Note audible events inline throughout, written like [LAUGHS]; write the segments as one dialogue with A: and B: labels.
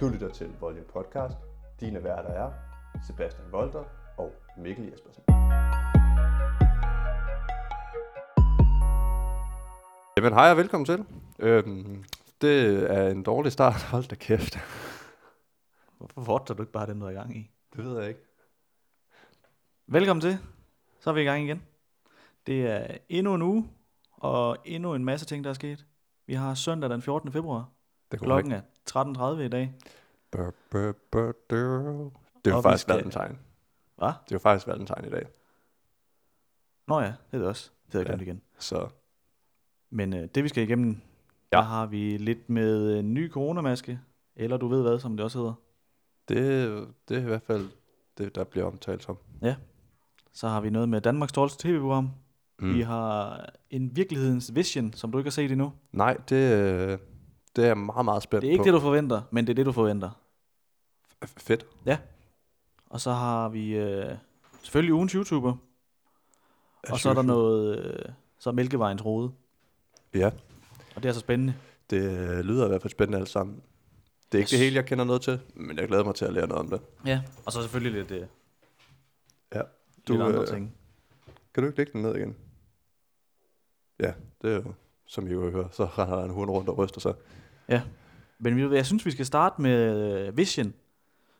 A: Du lytter til Volume Podcast. Dine værter er Sebastian Volter og Mikkel Jespersen. Jamen hej og velkommen til. Øhm, det er en dårlig start. [LAUGHS] Hold da kæft.
B: Hvorfor vorter du ikke bare den, du er i gang i?
A: Det ved jeg ikke.
B: Velkommen til. Så er vi i gang igen. Det er endnu en uge, og endnu en masse ting, der er sket. Vi har søndag den 14. februar.
A: Det
B: Klokken er 13.30 i dag.
A: Bur, bur, bur, du. Det er jo
B: Og vi
A: faktisk
B: skal-
A: valentine.
B: Hvad?
A: Det er jo faktisk valentine i dag.
B: Nå ja, det er det også. Det havde jeg glemt igen.
A: Så
B: Men øh, det, vi skal igennem,
A: Ja.
B: ja. der har vi lidt med øh, ny coronamaske. Eller du ved hvad, som det også hedder.
A: det, det er i hvert fald det, der bliver omtalt som.
B: Så har vi noget med Danmarks tårligste tv-program. Mm. Vi har en virkelighedens vision, som du ikke har set endnu.
A: Nej, det, øh, det er jeg meget, meget spændt
B: Det er ikke
A: på.
B: det, du forventer, men det er det, du forventer.
A: F- Fedt.
B: Og så har vi øh, selvfølgelig ugens YouTuber. Og
A: As
B: så er der
A: usual.
B: noget, øh, så er Mælkevejens Rode.
A: Ja,
B: Og det er så spændende.
A: det øh, lyder i hvert fald spændende alt sammen. Det er ikke det
B: Yes.
A: hele, jeg kender noget til, men jeg glæder mig til at lære noget om det.
B: Ja. Og så selvfølgelig lidt, øh,
A: Ja.
B: du, lidt andre
A: øh,
B: ting.
A: Kan du ikke lægge den ned igen? Ja, det er jo, som I jo hører, så [LAUGHS] render der en hund rundt og ryster sig.
B: Men vi- jeg synes, vi skal starte med øh, Vision.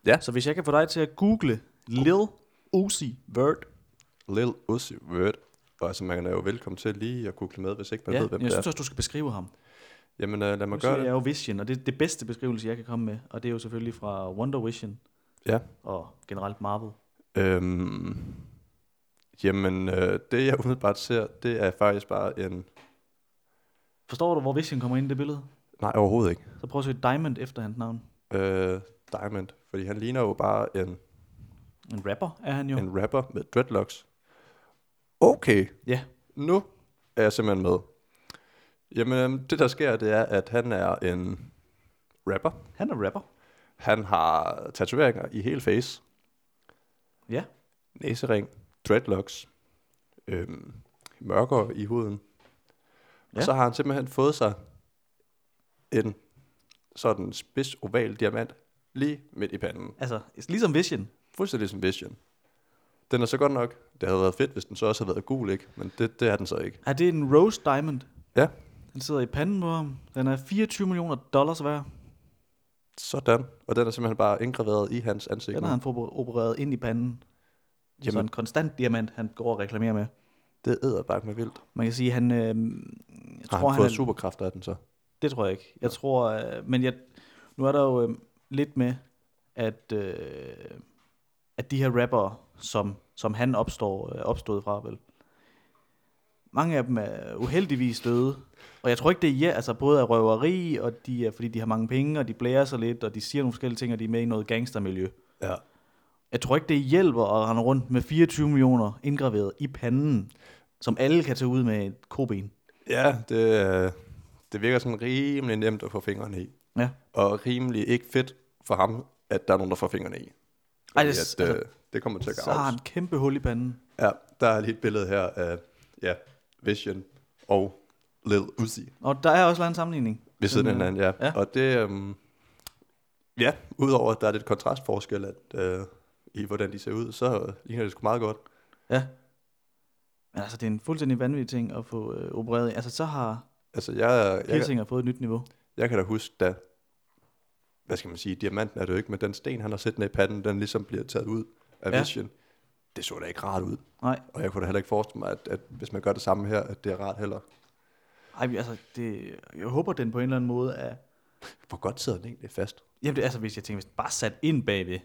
A: Ja.
B: Så hvis jeg kan få dig til at google Lil Uzi Vert.
A: Lil Uzi Vert. Og altså, man er jo velkommen til lige at google med, hvis ikke man
B: ja,
A: ved, hvem
B: men jeg
A: det er.
B: synes også, du skal beskrive ham.
A: Jamen, øh, lad mig
B: Nu siger
A: gøre det.
B: jeg jo Vision, og det er det bedste beskrivelse, jeg kan komme med. Og det er jo selvfølgelig fra Wonder Vision.
A: Ja.
B: Og generelt Marvel.
A: Øhm, jamen, øh, det jeg umiddelbart ser, det er faktisk bare en...
B: Forstår du, hvor Vision kommer ind i det billede?
A: Nej, overhovedet ikke.
B: Så prøv at søge Diamond efter hans navn.
A: øh, Diamond, fordi han ligner jo bare en,
B: En rapper er han jo.
A: en rapper med dreadlocks. Okay,
B: Ja.
A: nu er jeg simpelthen med. Jamen, øhm, det der sker, det er, at han er en rapper.
B: Han er rapper.
A: Han har tatoveringer i hele face,
B: Ja.
A: næsering, dreadlocks, øhm, mørkere i huden. Ja.
B: Ja.
A: Og så har han simpelthen fået sig en sådan spids oval diamant lige midt i panden.
B: Altså, ligesom Vision.
A: Fuldstændig som Vision. Den er så godt nok. Det havde været fedt, hvis den så også havde været gul, ikke? Men det, det er den så ikke.
B: Er det en Rose Diamond?
A: Ja.
B: Den sidder i panden på ham. Den er 24 millioner dollars værd.
A: Sådan. Og den er simpelthen bare indgraveret i hans ansigt.
B: Den
A: nu.
B: har han fået opereret ind i panden. Jamen. Så
A: Jamen,
B: en konstant diamant, han går og reklamerer med.
A: det æder bare med vildt.
B: Man kan sige, han... Øh, jeg
A: Har
B: tror,
A: han,
B: han
A: fået
B: er,
A: superkræfter af den så?
B: Det tror jeg ikke. Jeg tror... Øh, men jeg, nu er der jo øh, lidt med, at, øh, at de her rapper, som, som han opstår, øh, opstod fra, vel? Mange af dem er uheldigvis døde. Og jeg tror ikke, det er ja, altså både af røveri, og de er, fordi de har mange penge, og de blærer sig lidt, og de siger nogle forskellige ting, og de er med i noget gangstermiljø.
A: Ja.
B: Jeg tror ikke, det hjælper at rende rundt med 24 millioner indgraveret i panden, som alle kan tage ud med et koben.
A: Ja, det, øh, det virker sådan rimelig nemt at få fingrene i.
B: Ja.
A: Og rimelig ikke fedt for ham, at der er nogen, der får fingrene i.
B: Ej,
A: Fordi
B: det,
A: at,
B: altså,
A: øh, det kommer til at
B: så har
A: gavnes.
B: han kæmpe hul i panden.
A: Ja, der er lige et billede her af ja, Vision og Lil Uzi.
B: Og der er også lavet en sammenligning.
A: Ved siden af
B: Den, øh,
A: hinanden, ja. ja.
B: ja.
A: Og det, øhm, ja, udover at der er lidt kontrastforskel at, øh, i, hvordan de ser ud, så øh, ligner det sgu meget godt.
B: Ja. Men altså, det er en fuldstændig vanvittig ting at få øh, opereret. i. Altså, så har
A: Altså, jeg, jeg, jeg,
B: piercinger fået et nyt niveau.
A: jeg kan da huske, da, hvad skal man sige, diamanten er det jo ikke, men den sten, han har sættende i panden, den ligesom bliver taget ud af ja.
B: Ja.
A: vision. Det så da ikke rart ud.
B: Nej,
A: Og jeg kunne da heller ikke forestille mig, at, at hvis man gør det samme her, at det er rart heller.
B: ej, men altså, det, jeg håber, den på en eller anden måde er...
A: Hvor godt sidder den egentlig fast?
B: Jamen, det, altså, hvis jeg tænker, hvis den bare er sat ind bagved,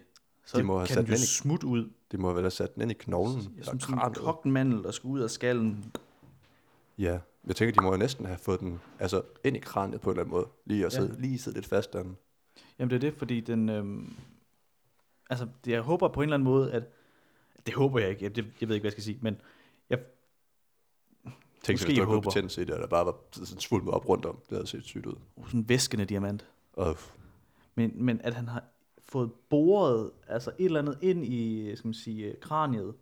B: så
A: De må have
B: kan
A: sat
B: den jo
A: den ind i-
B: smutte ud.
A: Det må vel have sat den ind i knoglen.
B: Jeg
A: eller
B: synes, sådan en
A: kraniet.
B: kogt mandel, der skal ud af skallen.
A: Ja, jeg tænker, de må jo næsten have fået den altså, ind i kraniet på en eller anden måde. Lige at
B: Ja.
A: sidde, lige sidde lidt fast derinde.
B: Jamen, det er det, fordi den... Øh, altså, det, jeg håber på en eller anden måde, at... Det håber jeg ikke. Jeg, det, jeg ved ikke, hvad jeg skal sige, men... Jeg,
A: Tænk,
B: Måske
A: hvis der
B: jeg
A: var
B: håber.
A: betændelse i det, og der bare var sådan svulmet op rundt om. Det havde set sygt ud.
B: uh, sådan en væskende diamant.
A: Og
B: Men, men at han har fået boret altså et eller andet ind i skal man sige, kraniet.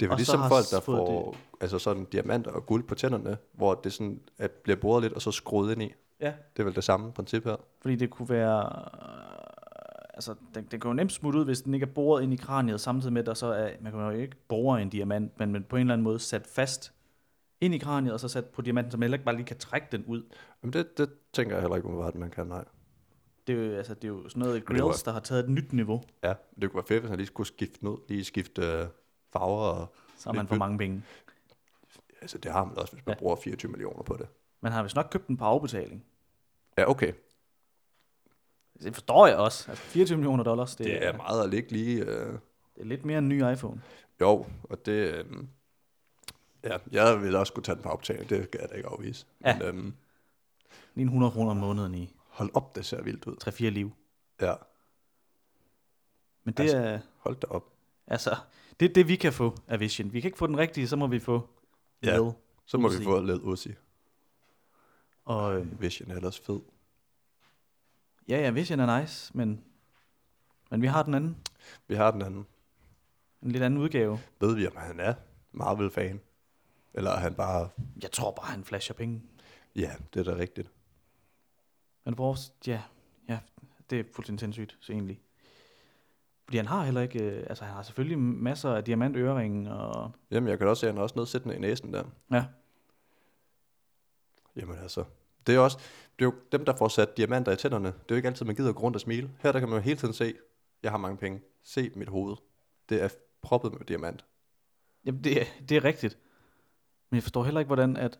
A: det er vel
B: Og så
A: ligesom
B: har øh,
A: folk, der
B: s- fået
A: får altså sådan diamanter og guld på tænderne, hvor det sådan at bliver boret lidt, og så skruet ind i.
B: Ja.
A: Det er vel det samme princip her.
B: Fordi det kunne være altså, den, den kan jo nemt smutte ud, hvis den ikke er boret ind i kraniet, samtidig med, at der så er, man kan jo ikke bore en diamant, men, men på en eller anden måde sat fast ind i kraniet, og så sat på diamanten, så man heller ikke bare lige kan trække den ud.
A: Jamen det, det tænker jeg heller ikke umiddelbart, at man kan, nej.
B: Det er jo, altså, det er jo sådan noget
A: det var-
B: grills, der har taget et nyt niveau,
A: Ja, det kunne være fedt, hvis han lige skulle skifte den ud, lige skifte øh, farver. Og,
B: så har man
A: Lidt
B: for
A: vildt.
B: mange penge.
A: altså det har man også, hvis man
B: Ja.
A: ja. bruger 24 millioner på det.
B: Man har vist nok købt den på afbetaling.
A: Ja, okay.
B: Det forstår jeg også. Altså 24 millioner dollars, det,
A: Det, det er meget at ligge lige... Øh,
B: det er lidt mere end en ny iPhone.
A: jo, og det... Øh, ja, jeg vil også kunne tage den på optagning, det kan jeg da ikke afvise.
B: Ja.
A: Men, øh,
B: Lige en 100 kroner om måneden i
A: hold op, det ser vildt ud.
B: 3-4 liv.
A: Ja,
B: Men det
A: Altså-
B: er,
A: hold da op.
B: altså, det er det, vi kan få af Vision. Vi kan ikke få den rigtige, så må vi få
A: Ja.
B: Lil.
A: Så må
B: Uzi.
A: vi få lidt Uzi.
B: Og øh,
A: Vision er ellers fed.
B: ja, ja, Vision er nice, men, men vi har den anden.
A: Vi har den anden.
B: En lidt anden udgave.
A: Ved vi, om han er Marvel-fan? Eller er han bare...
B: Jeg tror bare, han flasher penge.
A: Ja, det er da rigtigt.
B: Men vores, ja, ja, det er fuldstændig sindssygt, så egentlig. Fordi han har heller ikke, øh, altså han har selvfølgelig masser af diamantøreringe og,
A: Jamen, jeg kan da også se, at han er også nedsættende i næsen der.
B: ja,
A: Jamen altså, det er også, det er jo dem, der får sat diamanter i tænderne. Det er jo ikke altid, man gider gå rundt og smile. Her der kan man jo hele tiden se, jeg har mange penge. Se mit hoved. Det er proppet med diamant.
B: jamen det, er- det er rigtigt. Men jeg forstår heller ikke, hvordan at,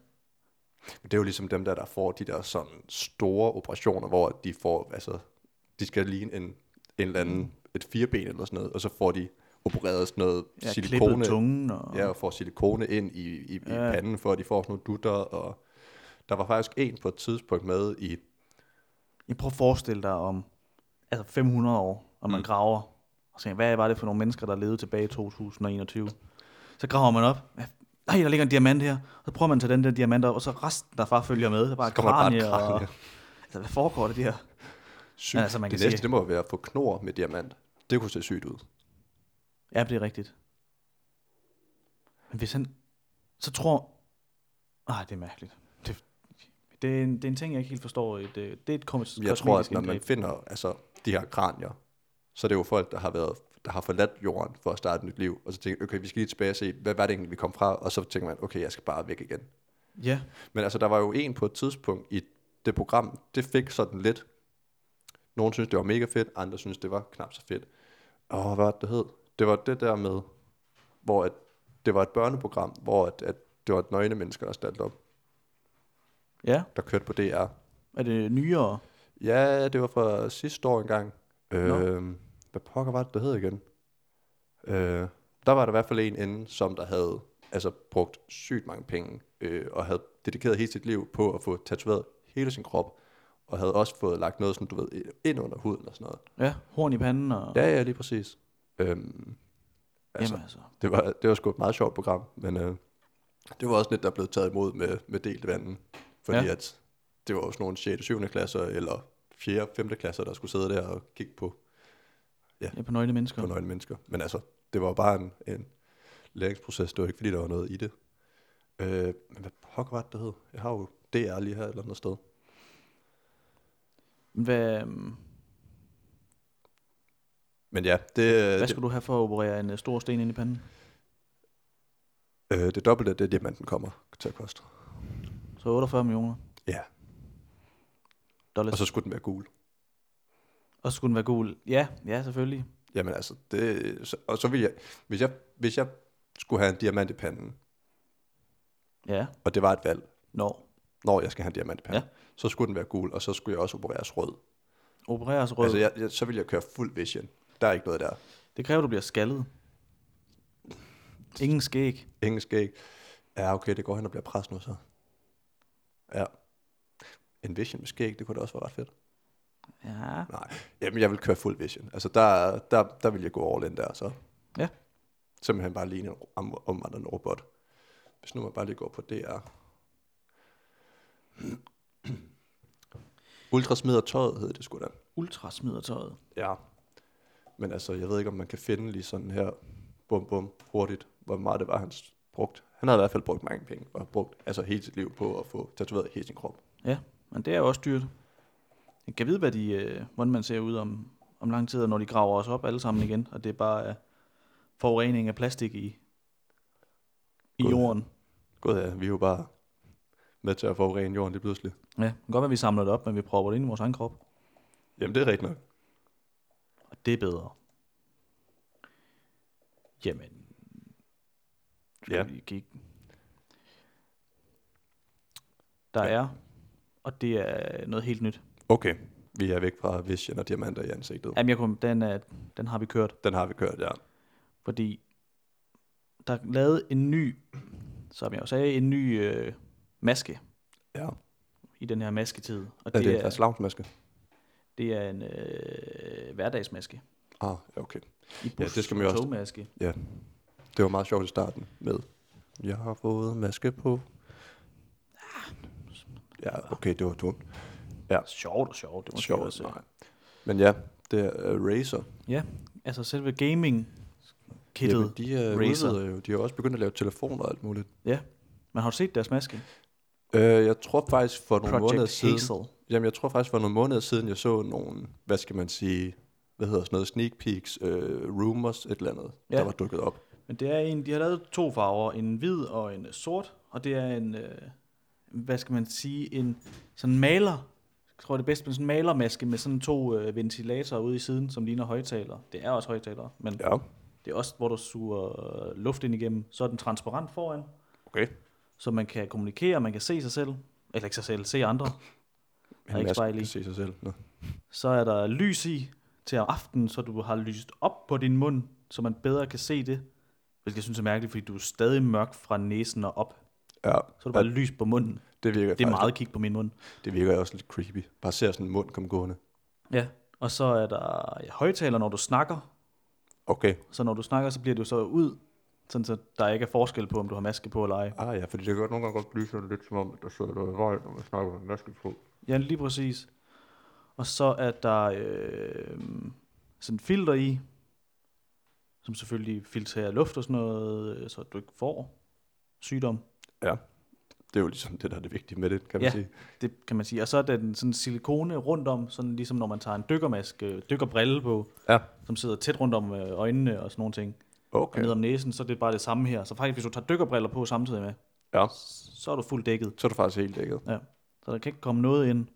A: Men det er jo ligesom dem der, der får de der sådan store operationer, hvor de får, altså, de skal ligne en, en eller anden, et fireben eller sådan noget, og så får de opereret sådan noget
B: ja, klippet
A: silikone.
B: tungen og,
A: Ja, og får silikone ind i, i, i
B: Ja.
A: panden, for at de får sådan nogle dutter, og der var faktisk en på et tidspunkt med i
B: Jeg prøver at forestille dig om altså 500 år, når man mm.
A: Mm.
B: graver, og tænker, hvad var det for nogle mennesker, der levede tilbage i 2021? Så graver man op, "Hvad f- nej, der ligger en diamant her, og så prøver man at tage den der diamant op, og så resten der bare følger med, der er bare
A: Så kommer der bare et
B: kranie, bare
A: kranie.
B: og, altså, hvad foregår der der?
A: [LAUGHS] Sygt.
B: Men altså, man
A: det
B: kan
A: næste,
B: sige-
A: det må jo være at få knor med diamant. Det kunne se sygt ud.
B: Ja, det er rigtigt. Men hvis han, så tror, nej, det er mærkeligt. Det, det, er en, det er en ting, jeg ikke helt forstår. Det, det er et kosmetisk
A: Jeg tror, at når man
B: indgreb.
A: finder altså, de her kranier, så er det jo folk, der har, været, der har forladt jorden for at starte et nyt liv, og så tænker okay, vi skal lige tilbage og se, hvad var det egentlig, vi kom fra, og så tænker man, okay, jeg skal bare væk igen.
B: Ja,
A: Men altså, der var jo en på et tidspunkt i det program, det fik sådan lidt, nogen synes, det var mega fedt, andre synes, det var knap så fedt. Åh, hvad var det, det hed? Det var det der med, hvor at, det var et børneprogram, hvor at, at det var et nøgne mennesker, der stod op,
B: ja.
A: der kørte på DR.
B: Er det nyere?
A: Ja, det var fra sidste år engang.
B: Nå.
A: Øh, hvad pokker var det, det hed igen? Øh, der var der i hvert fald en inden, som der havde altså, brugt sygt mange penge, øh, og havde dedikeret hele sit liv på at få tatoveret hele sin krop, og havde også fået lagt noget, som du ved, ind under huden og sådan noget.
B: Ja, horn i panden og...
A: Ja, ja, lige præcis. Øhm, altså,
B: Jamen altså.
A: det var, det var sgu et meget sjovt program, men øh, det var også lidt, der blev taget imod med, med delt vandet. Fordi
B: Ja.
A: ja. at det var også nogle 6. og 7. klasser, eller 4. og 5. klasser, der skulle sidde der og kigge på,
B: Ja, på nøgne mennesker.
A: på nøgne mennesker. Men altså, det var jo bare en, en læringsproces. Det var ikke, fordi der var noget i det. Øh, men hvad pokker var det, det hed? Jeg har jo DR lige her et eller andet sted.
B: Hvad, øhm,
A: Men ja, det,
B: hvad
A: det,
B: skal du have for at operere en øh, stor sten ind i panden?
A: øh, det dobbelte af det, diamanten kommer til at koste.
B: Så 48 millioner
A: Ja,
B: dollars.
A: og så skulle den være gul.
B: Og så skulle den være gul. Ja, ja, selvfølgelig.
A: Jamen altså, det, så, og så vil jeg, hvis jeg, hvis jeg skulle have en diamant i panden,
B: Ja,
A: og det var et valg,
B: når
A: når jeg skal have en diamant i panden,
B: Ja.
A: ja. så skulle den være gul, og så skulle jeg også opereres rød. rød.
B: opereres rød.
A: Altså,
B: Altså, ja.
A: jeg, jeg, så ville jeg køre fuld vision. Der er ikke noget der.
B: Det kræver, at du bliver skaldet. Ingen skæg.
A: Ingen skæg. Ja, okay, det går hen og bliver pres nu så. Ja. En vision med skæg, det kunne da også være ret fedt.
B: Ja.
A: Nej, jamen jeg vil køre fuld vision. Altså, der, der, der vil jeg gå all in der, så.
B: Ja.
A: Simpelthen bare ligne en om, omvandret en robot. Hvis nu man bare lige går på [CLEARS THROAT] DR. Ultra smider tøjet, hed det sgu da.
B: Ultra smider tøjet.
A: Ja. Men altså, jeg ved ikke, om man kan finde lige sådan her, bum bum, hurtigt, hvor meget det var, han s- brugt. Han havde i hvert fald brugt mange penge, og brugt altså hele sit liv på at få tatoveret hele sin krop.
B: Ja, men det er jo også dyrt. Jeg kan vide, hvad de, øh, hvordan man ser ud om, om lang tid, og når de graver os op alle sammen igen, og det er bare øh, forurening af plastik i, i
A: Gud.
B: jorden.
A: Gud ja, vi er jo bare med til at forurene jorden lige pludselig.
B: Ja, det kan godt være, vi samler det op, men vi propper det ind i vores egen krop,
A: Jamen, det er rigtigt nok.
B: og det er bedre. Jamen, skal
A: Ja.
B: vi kigge. Der
A: Ja.
B: er, og det er noget helt nyt.
A: Okay, vi er væk fra Vision og diamanter i ansigtet.
B: Jamen, jeg kom, den, er, den har vi kørt.
A: Den har vi kørt, ja.
B: fordi der er lavet en ny, som jeg jo sagde, en ny øh, maske
A: Ja,
B: i den her masketid. Og
A: er det,
B: det,
A: det en
B: er,
A: fast lavnsmaske?
B: det er en øh, hverdagsmaske.
A: Ah, ja, okay.
B: I bus,
A: Ja, det skal man jo også-
B: Togmaske.
A: Det var meget sjovt i starten med, jeg har fået maske på.
B: Ah,
A: Ja, okay, det var dumt.
B: Sjovt og sjovt. Det var
A: Sjovt,
B: også,
A: nej. Men ja, det er uh, Razer.
B: Altså selve gaming
A: Jamen,
B: kittet.
A: de øh, er
B: Razer.
A: Razer. Jo. De har også begyndt at lave telefoner og alt muligt.
B: Man har du set deres maske?
A: Uh, jeg tror faktisk for nogle måneder
B: Project
A: siden...
B: Hazel.
A: Jamen, jeg tror faktisk for nogle måneder siden, jeg så nogle, hvad skal man sige, hvad hedder sådan noget, sneak peeks, uh, rumors, et eller andet,
B: Ja.
A: ja. der var dukket op.
B: Men det er en, de har lavet to farver, en hvid og en øh, sort, og det er en, øh, hvad skal man sige, en sådan maler, jeg tror det er bedst, men sådan en malermaske med sådan to øh, ventilatorer ude i siden, som ligner højtalere. Det er også højtalere, men ja.
A: Ja,
B: det er også, hvor du suger øh, luft ind igennem. Så er den transparent foran,
A: okay.
B: så man kan kommunikere, man kan se sig selv, eller ikke sig selv,
A: [COUGHS]
B: se andre.
A: Men
B: ikke
A: Mads
B: spejl i.
A: kan se sig selv. Nå.
B: Så er der lys i til om aftenen, så du har lyst op på din mund, så man bedre kan se det. Hvilket jeg synes er mærkeligt, fordi du er stadig mørk fra næsen og op.
A: Ja,
B: Så er der bare lys på munden.
A: det virker
B: Det er
A: faktisk-
B: meget kig på min mund.
A: Det virker også lidt creepy. Bare ser sådan en mund komme gående.
B: Ja. Og så er der ja, højtaler, når du snakker.
A: Okay.
B: Så når du snakker, så bliver det jo så ud, sådan så der ikke er forskel på, om du har maske på eller ej.
A: Ah ja, fordi det kan godt nogle gange godt blive sådan lidt som om, at der sidder noget i vejen, når man snakker med en maske på.
B: Ja, lige præcis. Og så er der øh, sådan filter i, som selvfølgelig filtrerer luft og sådan noget, øh, så du ikke får sygdom.
A: Det er jo ligesom det, der er det vigtige med det, kan man
B: Ja.
A: sige.
B: Det kan man sige. Og så er den sådan silikone rundt om, sådan ligesom når man tager en dykkermaske, dykkerbrille på,
A: Ja.
B: som sidder tæt rundt om øh, øjnene og sådan nogle ting. og
A: Okay.
B: ned om næsen, så er det bare det samme her. Så faktisk, hvis du tager dykkerbriller på samtidig med,
A: Ja.
B: så er du fuldt dækket.
A: Så er du faktisk helt dækket.
B: Så der kan ikke komme noget ind.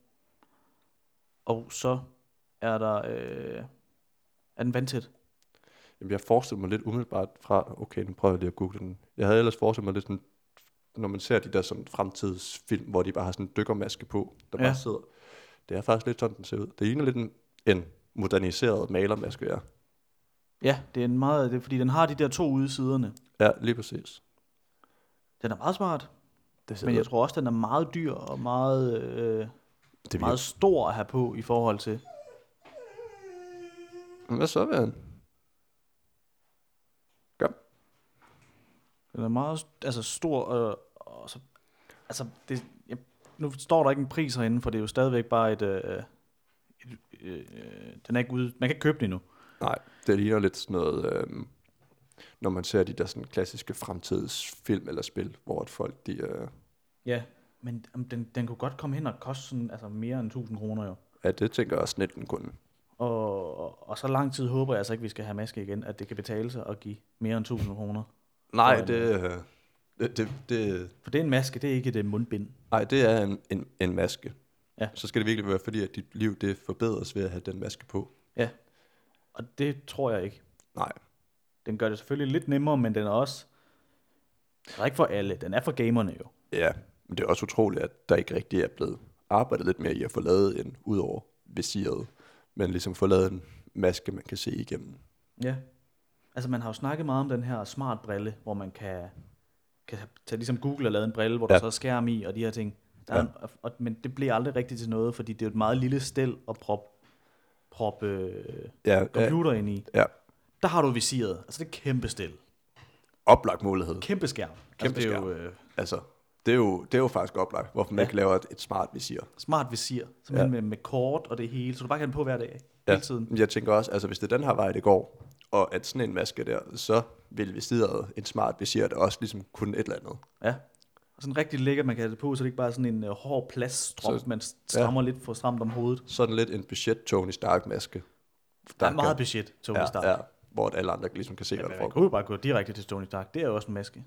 B: Og så er der... Øh, er den vandtæt?
A: Jamen, jeg forestillede mig lidt umiddelbart fra, okay, nu prøver jeg lige at google den. Jeg havde ellers forestillet mig lidt sådan, når man ser de der sådan fremtidsfilm, hvor de bare har sådan en dykkermaske på, der ja.
B: Ja.
A: bare sidder. Det er faktisk lidt sådan, den ser ud. Det ligner lidt en, en moderniseret malermaske, ja.
B: Ja, det er en meget... Det er, fordi den har de der to udesiderne.
A: Ja, lige præcis.
B: Den er meget smart,
A: Det
B: men jeg tror også, den er meget dyr og meget, øh,
A: det
B: meget stor at have på i forhold til.
A: virker- Hvad så, Væren?
B: Den er meget st- altså, stor, og, og så, altså, det, jeg, nu står der ikke en pris herinde, for det er jo stadigvæk bare et, øh, et øh, den er ikke ude, man kan ikke købe den endnu.
A: Nej, det ligner lidt sådan noget, øhm, når man ser de der sådan klassiske fremtidsfilm eller spil, hvor at folk, de, øh,
B: Ja. Men jamen, den, den kunne godt komme hen og koste sådan, altså mere end 1000 kroner jo.
A: ja, det tænker jeg også lidt den kunne.
B: Og, og, og så lang tid håber jeg altså ikke, vi skal have maske igen, at det kan betale sig at give mere end 1000 kroner.
A: Nej,
B: Sådan.
A: det, øh, det, det, det,
B: For det er en maske, det er ikke et øh, mundbind.
A: nej, det er en, en, en maske.
B: Ja.
A: Så skal det virkelig være, fordi at dit liv det forbedres ved at have den maske på.
B: Og det tror jeg ikke.
A: Nej.
B: Den gør det selvfølgelig lidt nemmere, men den er også... Den er ikke for alle, den er for gamerne jo.
A: Ja, men det er også utroligt, at der ikke rigtig er blevet arbejdet lidt mere i at få lavet en, udover visiret, men ligesom få lavet en maske, man kan se igennem.
B: Ja. Altså man har jo snakket meget om den her smart brille, hvor man kan, kan tage ligesom Google og lave en brille, hvor ja.
A: Ja.
B: der så er skærm i og de her ting. Der ja.
A: Ja.
B: er, og, og, men det bliver aldrig rigtigt til noget, fordi det er jo et meget lille stel at proppe prop, øh,
A: Ja, ja
B: computer ind i.
A: Ja.
B: Der har du visiret. Altså det er kæmpe stel.
A: oplagt mulighed.
B: Kæmpe skærm.
A: Kæmpe
B: altså, det er
A: skærm.
B: jo øh,
A: Altså, det er jo, det er jo faktisk oplagt, hvorfor man
B: Ja.
A: ja. ikke laver et, et smart visir.
B: smart visir. Simpelthen ja. med, med kort og det hele. Så du bare kan have den på hver dag.
A: Ja.
B: Ja. Hele tiden.
A: Men Jeg tænker også, altså hvis det er den her vej, det går, og at sådan en maske der, så vil visiret, en smart visir, der også ligesom kunne et eller andet.
B: Ja. Og sådan rigtig lækker, man kan have det på, så det ikke bare er sådan en øh, hård plaststrøm,
A: Så-
B: man strammer lidt for stramt om hovedet.
A: Sådan lidt en budget Tony Stark maske.
B: Der er
A: gør-
B: meget budget, Tony Stark.
A: ja, ja, hvor at alle andre ligesom kan se, hvad
B: Jamen,
A: der
B: man
A: får
B: kunne jo bare gå direkte til Tony Stark. Det er jo også en maske.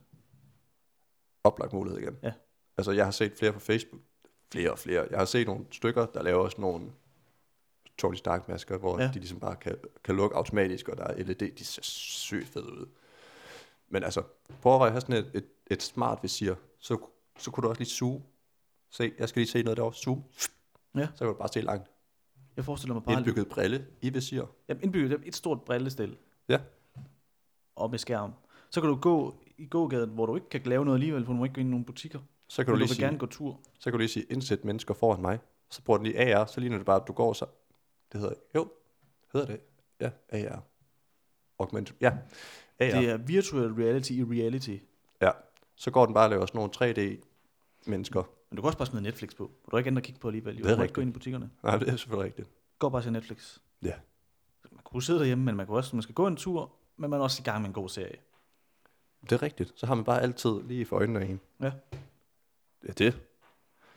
A: oplagt mulighed igen.
B: Ja.
A: Altså, jeg har set flere på Facebook. Flere og flere. Jeg har set nogle stykker, der laver også nogle Tony Stark-masker, hvor
B: Ja.
A: ja. de ligesom bare kan, kan lukke automatisk, og der er LED. De ser sygt fede ud. Men altså, prøv at overveje at have sådan et, et, et smart visir, så, så kunne du også lige zoome. Se, jeg skal lige se noget derovre. Zoom.
B: Ja.
A: Så kan du bare se langt.
B: Jeg forestiller mig bare...
A: Indbygget brille i visir.
B: Jamen, indbygget et stort brillestil.
A: Ja.
B: Og med skærm. Så kan du gå i gågaden, hvor du ikke kan lave noget alligevel, for du må ikke gå ind i nogle butikker.
A: Så kan
B: Men
A: du
B: du
A: lige
B: vil
A: sige,
B: gerne gå tur.
A: så kan du lige sige, indsæt mennesker foran mig. Så bruger den lige AR, så ligner det bare, at du går så... Det hedder... Jo, hedder det. Ja, AR. Augmented. Ja, AR.
B: Det er virtual reality i reality.
A: Ja. Så går den bare og laver sådan nogle 3D-mennesker.
B: Men du kan også bare smide Netflix på. Du er ikke andet at kigge på alligevel. Jo.
A: Det er
B: Du må ikke
A: rigtigt.
B: gå ind i butikkerne.
A: Nej, det er selvfølgelig rigtigt.
B: Gå bare til Netflix.
A: Ja.
B: Man kunne sidde derhjemme, men man kan også, man skal gå en tur, men man er også i gang med en god serie.
A: Det er rigtigt. Så har man bare altid lige for øjnene af en.
B: Ja.
A: Ja, det.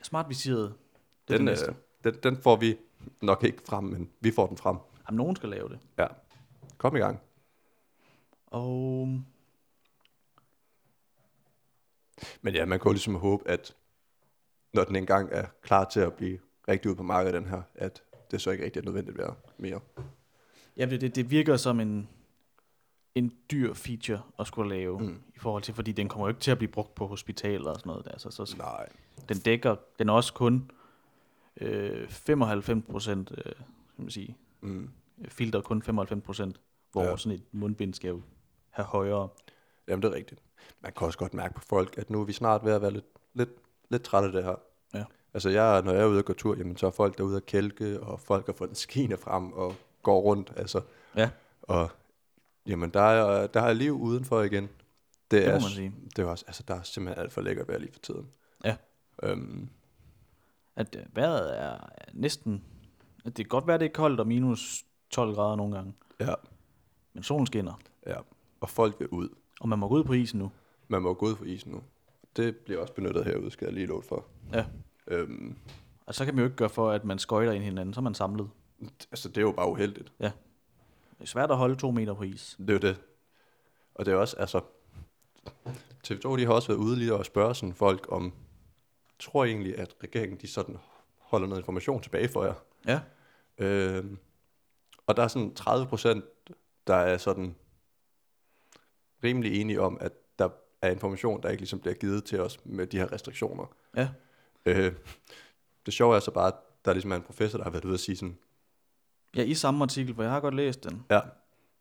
B: Smart viseret. Det er
A: Den,
B: det
A: øh,
B: næste.
A: den, den får vi nok ikke frem, men vi får den frem.
B: Jamen, nogen skal lave det.
A: Ja. Kom i gang.
B: Og
A: Men ja, man kan jo ligesom håbe, at når den engang er klar til at blive rigtig ud på markedet, den her, at det så ikke rigtig er nødvendigt at være mere.
B: ja, det, det, det virker som en, en dyr feature at skulle lave mm. i forhold til, fordi den kommer jo ikke til at blive brugt på hospitaler og sådan noget. Der. Så, så, så
A: Nej.
B: den dækker, den er også kun øh, 95 procent, øh, skal man sige,
A: Mm.
B: filter kun 95 procent, hvor ja.
A: Ja.
B: sådan et mundbind skal jo have højere.
A: Jamen, det er rigtigt. Man kan også godt mærke på folk, at nu er vi snart ved at være lidt, lidt, lidt trætte af det her.
B: Ja.
A: Altså, jeg, når jeg er ude og gå tur, jamen, så er folk derude og kælke, og folk har fået en skine frem og går rundt. Altså,
B: Ja,
A: og jamen, der er, der er liv udenfor igen. Det,
B: Det
A: er,
B: må man sige.
A: Det er også, altså, der er simpelthen alt for lækkert vejr lige for tiden.
B: Ja.
A: Øhm,
B: at øh, vejret er næsten, at det kan godt være, det er koldt og minus 12 grader nogle gange,
A: ja,
B: men solen skinner,
A: ja. Og folk vil ud.
B: og man må gå ud på isen nu.
A: Man må jo gå ud for isen nu. Det bliver også benyttet herude, skal jeg lige love for.
B: Ja,
A: Øhm,
B: og så kan man jo ikke gøre for, at man skøjter ind i hinanden, så er man samlet.
A: altså, det er jo bare uheldigt.
B: Det er svært at holde to meter på is.
A: Det er jo det. Og det er også, altså... TV2, de har også været ude lige og spørge sådan folk om... Tror I egentlig, at regeringen, de sådan holder noget information tilbage for jer?
B: Ja,
A: Øh, og der er sådan 30 procent, der er sådan rimelig enige om, at der er information, der ikke ligesom bliver givet til os med de her restriktioner.
B: ja,
A: Øh, det sjove er så bare, at der ligesom er en professor, der har været ude og sige sådan,
B: ja i samme artikel, for jeg har godt læst den.
A: ja,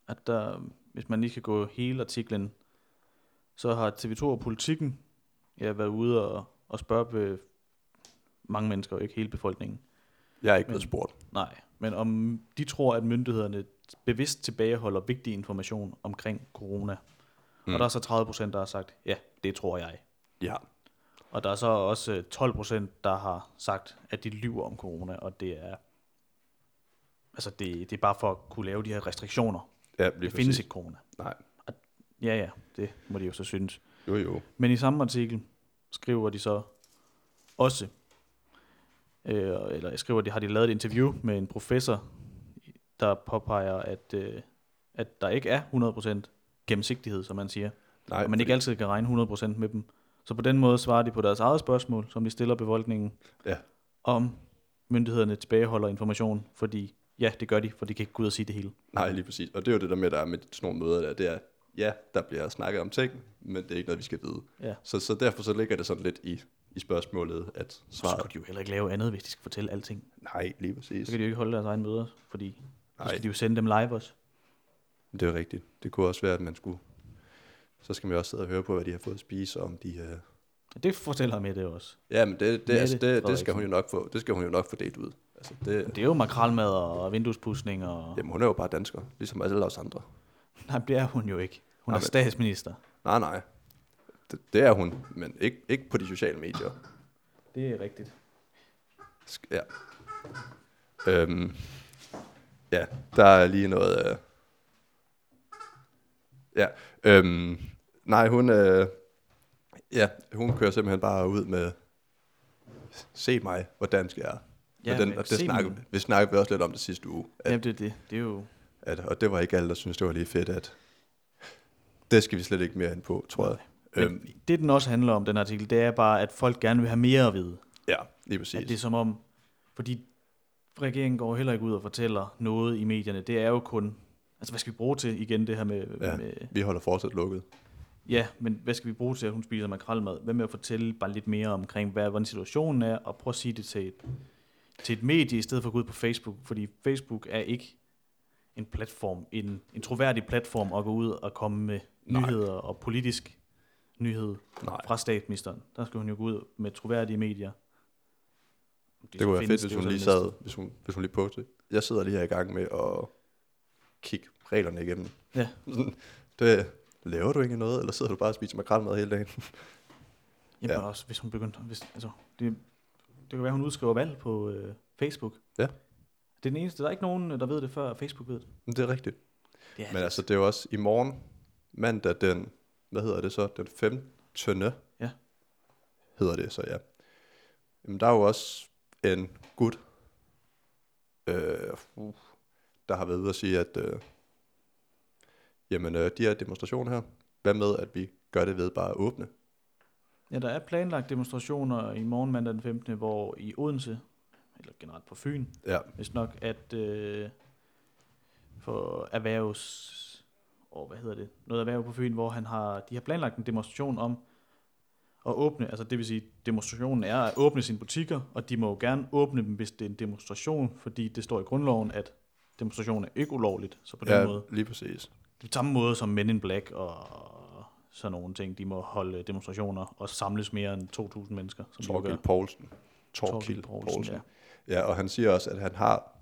B: at der, hvis man lige kan gå hele artiklen, så har TV2 og Politikken ja, været ude og, og spørge øh, mange mennesker, ikke hele befolkningen.
A: jeg er ikke blevet spurgt.
B: Nej, men om de tror, at myndighederne bevidst tilbageholder vigtig information omkring corona. Mm. Og der er så 30 procent, der har sagt, ja, det tror jeg.
A: Ja,
B: Og der er så også øh, 12 procent, der har sagt, at de lyver om corona, og det er... Altså, det, det er bare for at kunne lave de her restriktioner.
A: ja
B: Det
A: lige
B: findes
A: præcis.
B: ikke corona.
A: Nej,
B: Ja, ja, det må de jo så synes.
A: jo jo.
B: Men i samme artikel skriver de så også, øh, eller skriver, de har de lavet et interview med en professor, der påpeger, at, øh, at der ikke er 100% gennemsigtighed, som man siger.
A: Nej,
B: og man ikke altid kan regne 100% med dem. Så på den måde svarer de på deres eget spørgsmål, som de stiller befolkningen,
A: Ja,
B: om myndighederne tilbageholder information, fordi ja, det gør de, for de kan ikke gå ud og sige det hele.
A: nej, lige præcis. Og det er jo det der med, der er med sådan nogle møder der, det er, ja, der bliver snakket om ting, men det er ikke noget, vi skal vide.
B: Ja.
A: Så, så derfor så ligger det sådan lidt i, i spørgsmålet, at
B: Så
A: svaret...
B: skulle de jo heller ikke lave andet, hvis de skal fortælle alting.
A: Nej, lige præcis.
B: Så kan de jo ikke holde deres egen møder, fordi så
A: Nej.
B: skal de jo sende dem live også.
A: Det er jo rigtigt. Det kunne også være, at man skulle... Så skal man jo også sidde og høre på, hvad de har fået at spise, og om de... Øh...
B: Det fortæller Mette også.
A: Ja, men det, det,
B: Mette
A: altså, det, det,
B: Frederiksen.
A: skal hun jo nok få, det skal hun jo nok få delt ud. Altså, det,
B: Det er jo makralmad og vinduespudsning og...
A: jamen, hun er jo bare dansker, ligesom alle os andre.
B: Nej, det er hun jo ikke. Hun er
A: Nej, men-
B: statsminister.
A: Nej, nej. Det, det er hun, men ikke, ikke på de sociale medier.
B: Det er rigtigt.
A: Sk- Ja. Øhm, ja, der er lige noget... Øh... Ja, øhm, nej, hun... Øh... Ja, hun kører simpelthen bare ud med... Se mig, hvor dansk jeg er.
B: Ja,
A: og den,
B: men
A: og det
B: se
A: snakker,
B: mig.
A: vi snakkede vi også lidt om det sidste uge. At,
B: Jamen, det, er det, det er jo...
A: At, og det var ikke alle, der synes det var lige fedt, at det skal vi slet ikke mere ind på, tror jeg. Øhm,
B: Men det, den også handler om, den artikel, det er bare, at folk gerne vil have mere at vide.
A: ja, lige
B: At
A: præcis.
B: det er som om, fordi regeringen går heller ikke ud og fortæller noget i medierne. Det er jo kun, altså hvad skal vi bruge til igen det her med,
A: Ja.
B: ja. med
A: Vi holder fortsat lukket.
B: ja, men hvad skal vi bruge til, at hun spiser makrelmad? Hvad med at fortælle bare lidt mere omkring, hvad, hvordan situationen er, og prøve at sige det til et, til et medie, i stedet for at gå ud på Facebook, fordi Facebook er ikke en platform, en, en troværdig platform at gå ud og komme med
A: Nej.
B: nyheder og politisk nyhed
A: Nej.
B: fra statsministeren. Der skal hun jo gå ud med troværdige medier.
A: Det, det kunne være fedt, hvis hun lige sad, hvis hun, hvis hun lige postede. Jeg sidder lige her i gang med at kigge reglerne igennem.
B: Ja.
A: [LAUGHS] det, laver du ikke noget, eller sidder du bare og spiser makrelmad hele dagen? [LAUGHS]
B: Jamen
A: Ja.
B: ja. også, hvis hun begyndte... Hvis, altså, det, det kan være, hun udskriver valg på øh, Facebook.
A: Ja.
B: Det er den eneste. Der er ikke nogen, øh, der ved det, før Facebook ved det.
A: Men det er rigtigt.
B: det er
A: Men altså, det er jo også i morgen, mandag den, hvad hedder det så, den 15.
B: Ja.
A: Hedder det så, ja. Jamen, der er jo også en gut, øh, uh, der har været ude og sige, at øh, jamen, øh, de her demonstrationer her, hvad med, at vi gør det ved bare at åbne?
B: Ja, der er planlagt demonstrationer i morgen mandag den 15., hvor i Odense, eller generelt på Fyn,
A: Ja,
B: hvis nok, at øh, for erhvervs... Åh, hvad hedder det? Noget erhverv på Fyn, hvor han har, de har planlagt en demonstration om at åbne, altså det vil sige, demonstrationen er at åbne sine butikker, og de må jo gerne åbne dem, hvis det er en demonstration, fordi det står i grundloven, at demonstrationen er ikke ulovligt, så på den
A: ja
B: måde.
A: lige præcis.
B: Det er samme måde som Men in Black og sådan nogle ting, de må holde demonstrationer og samles mere end 2.000 mennesker, som de
A: Torgild
B: gør.
A: Poulsen.
B: Torgild
A: Torgild
B: Poulsen,
A: Poulsen.
B: ja.
A: Ja, og han siger også, at han har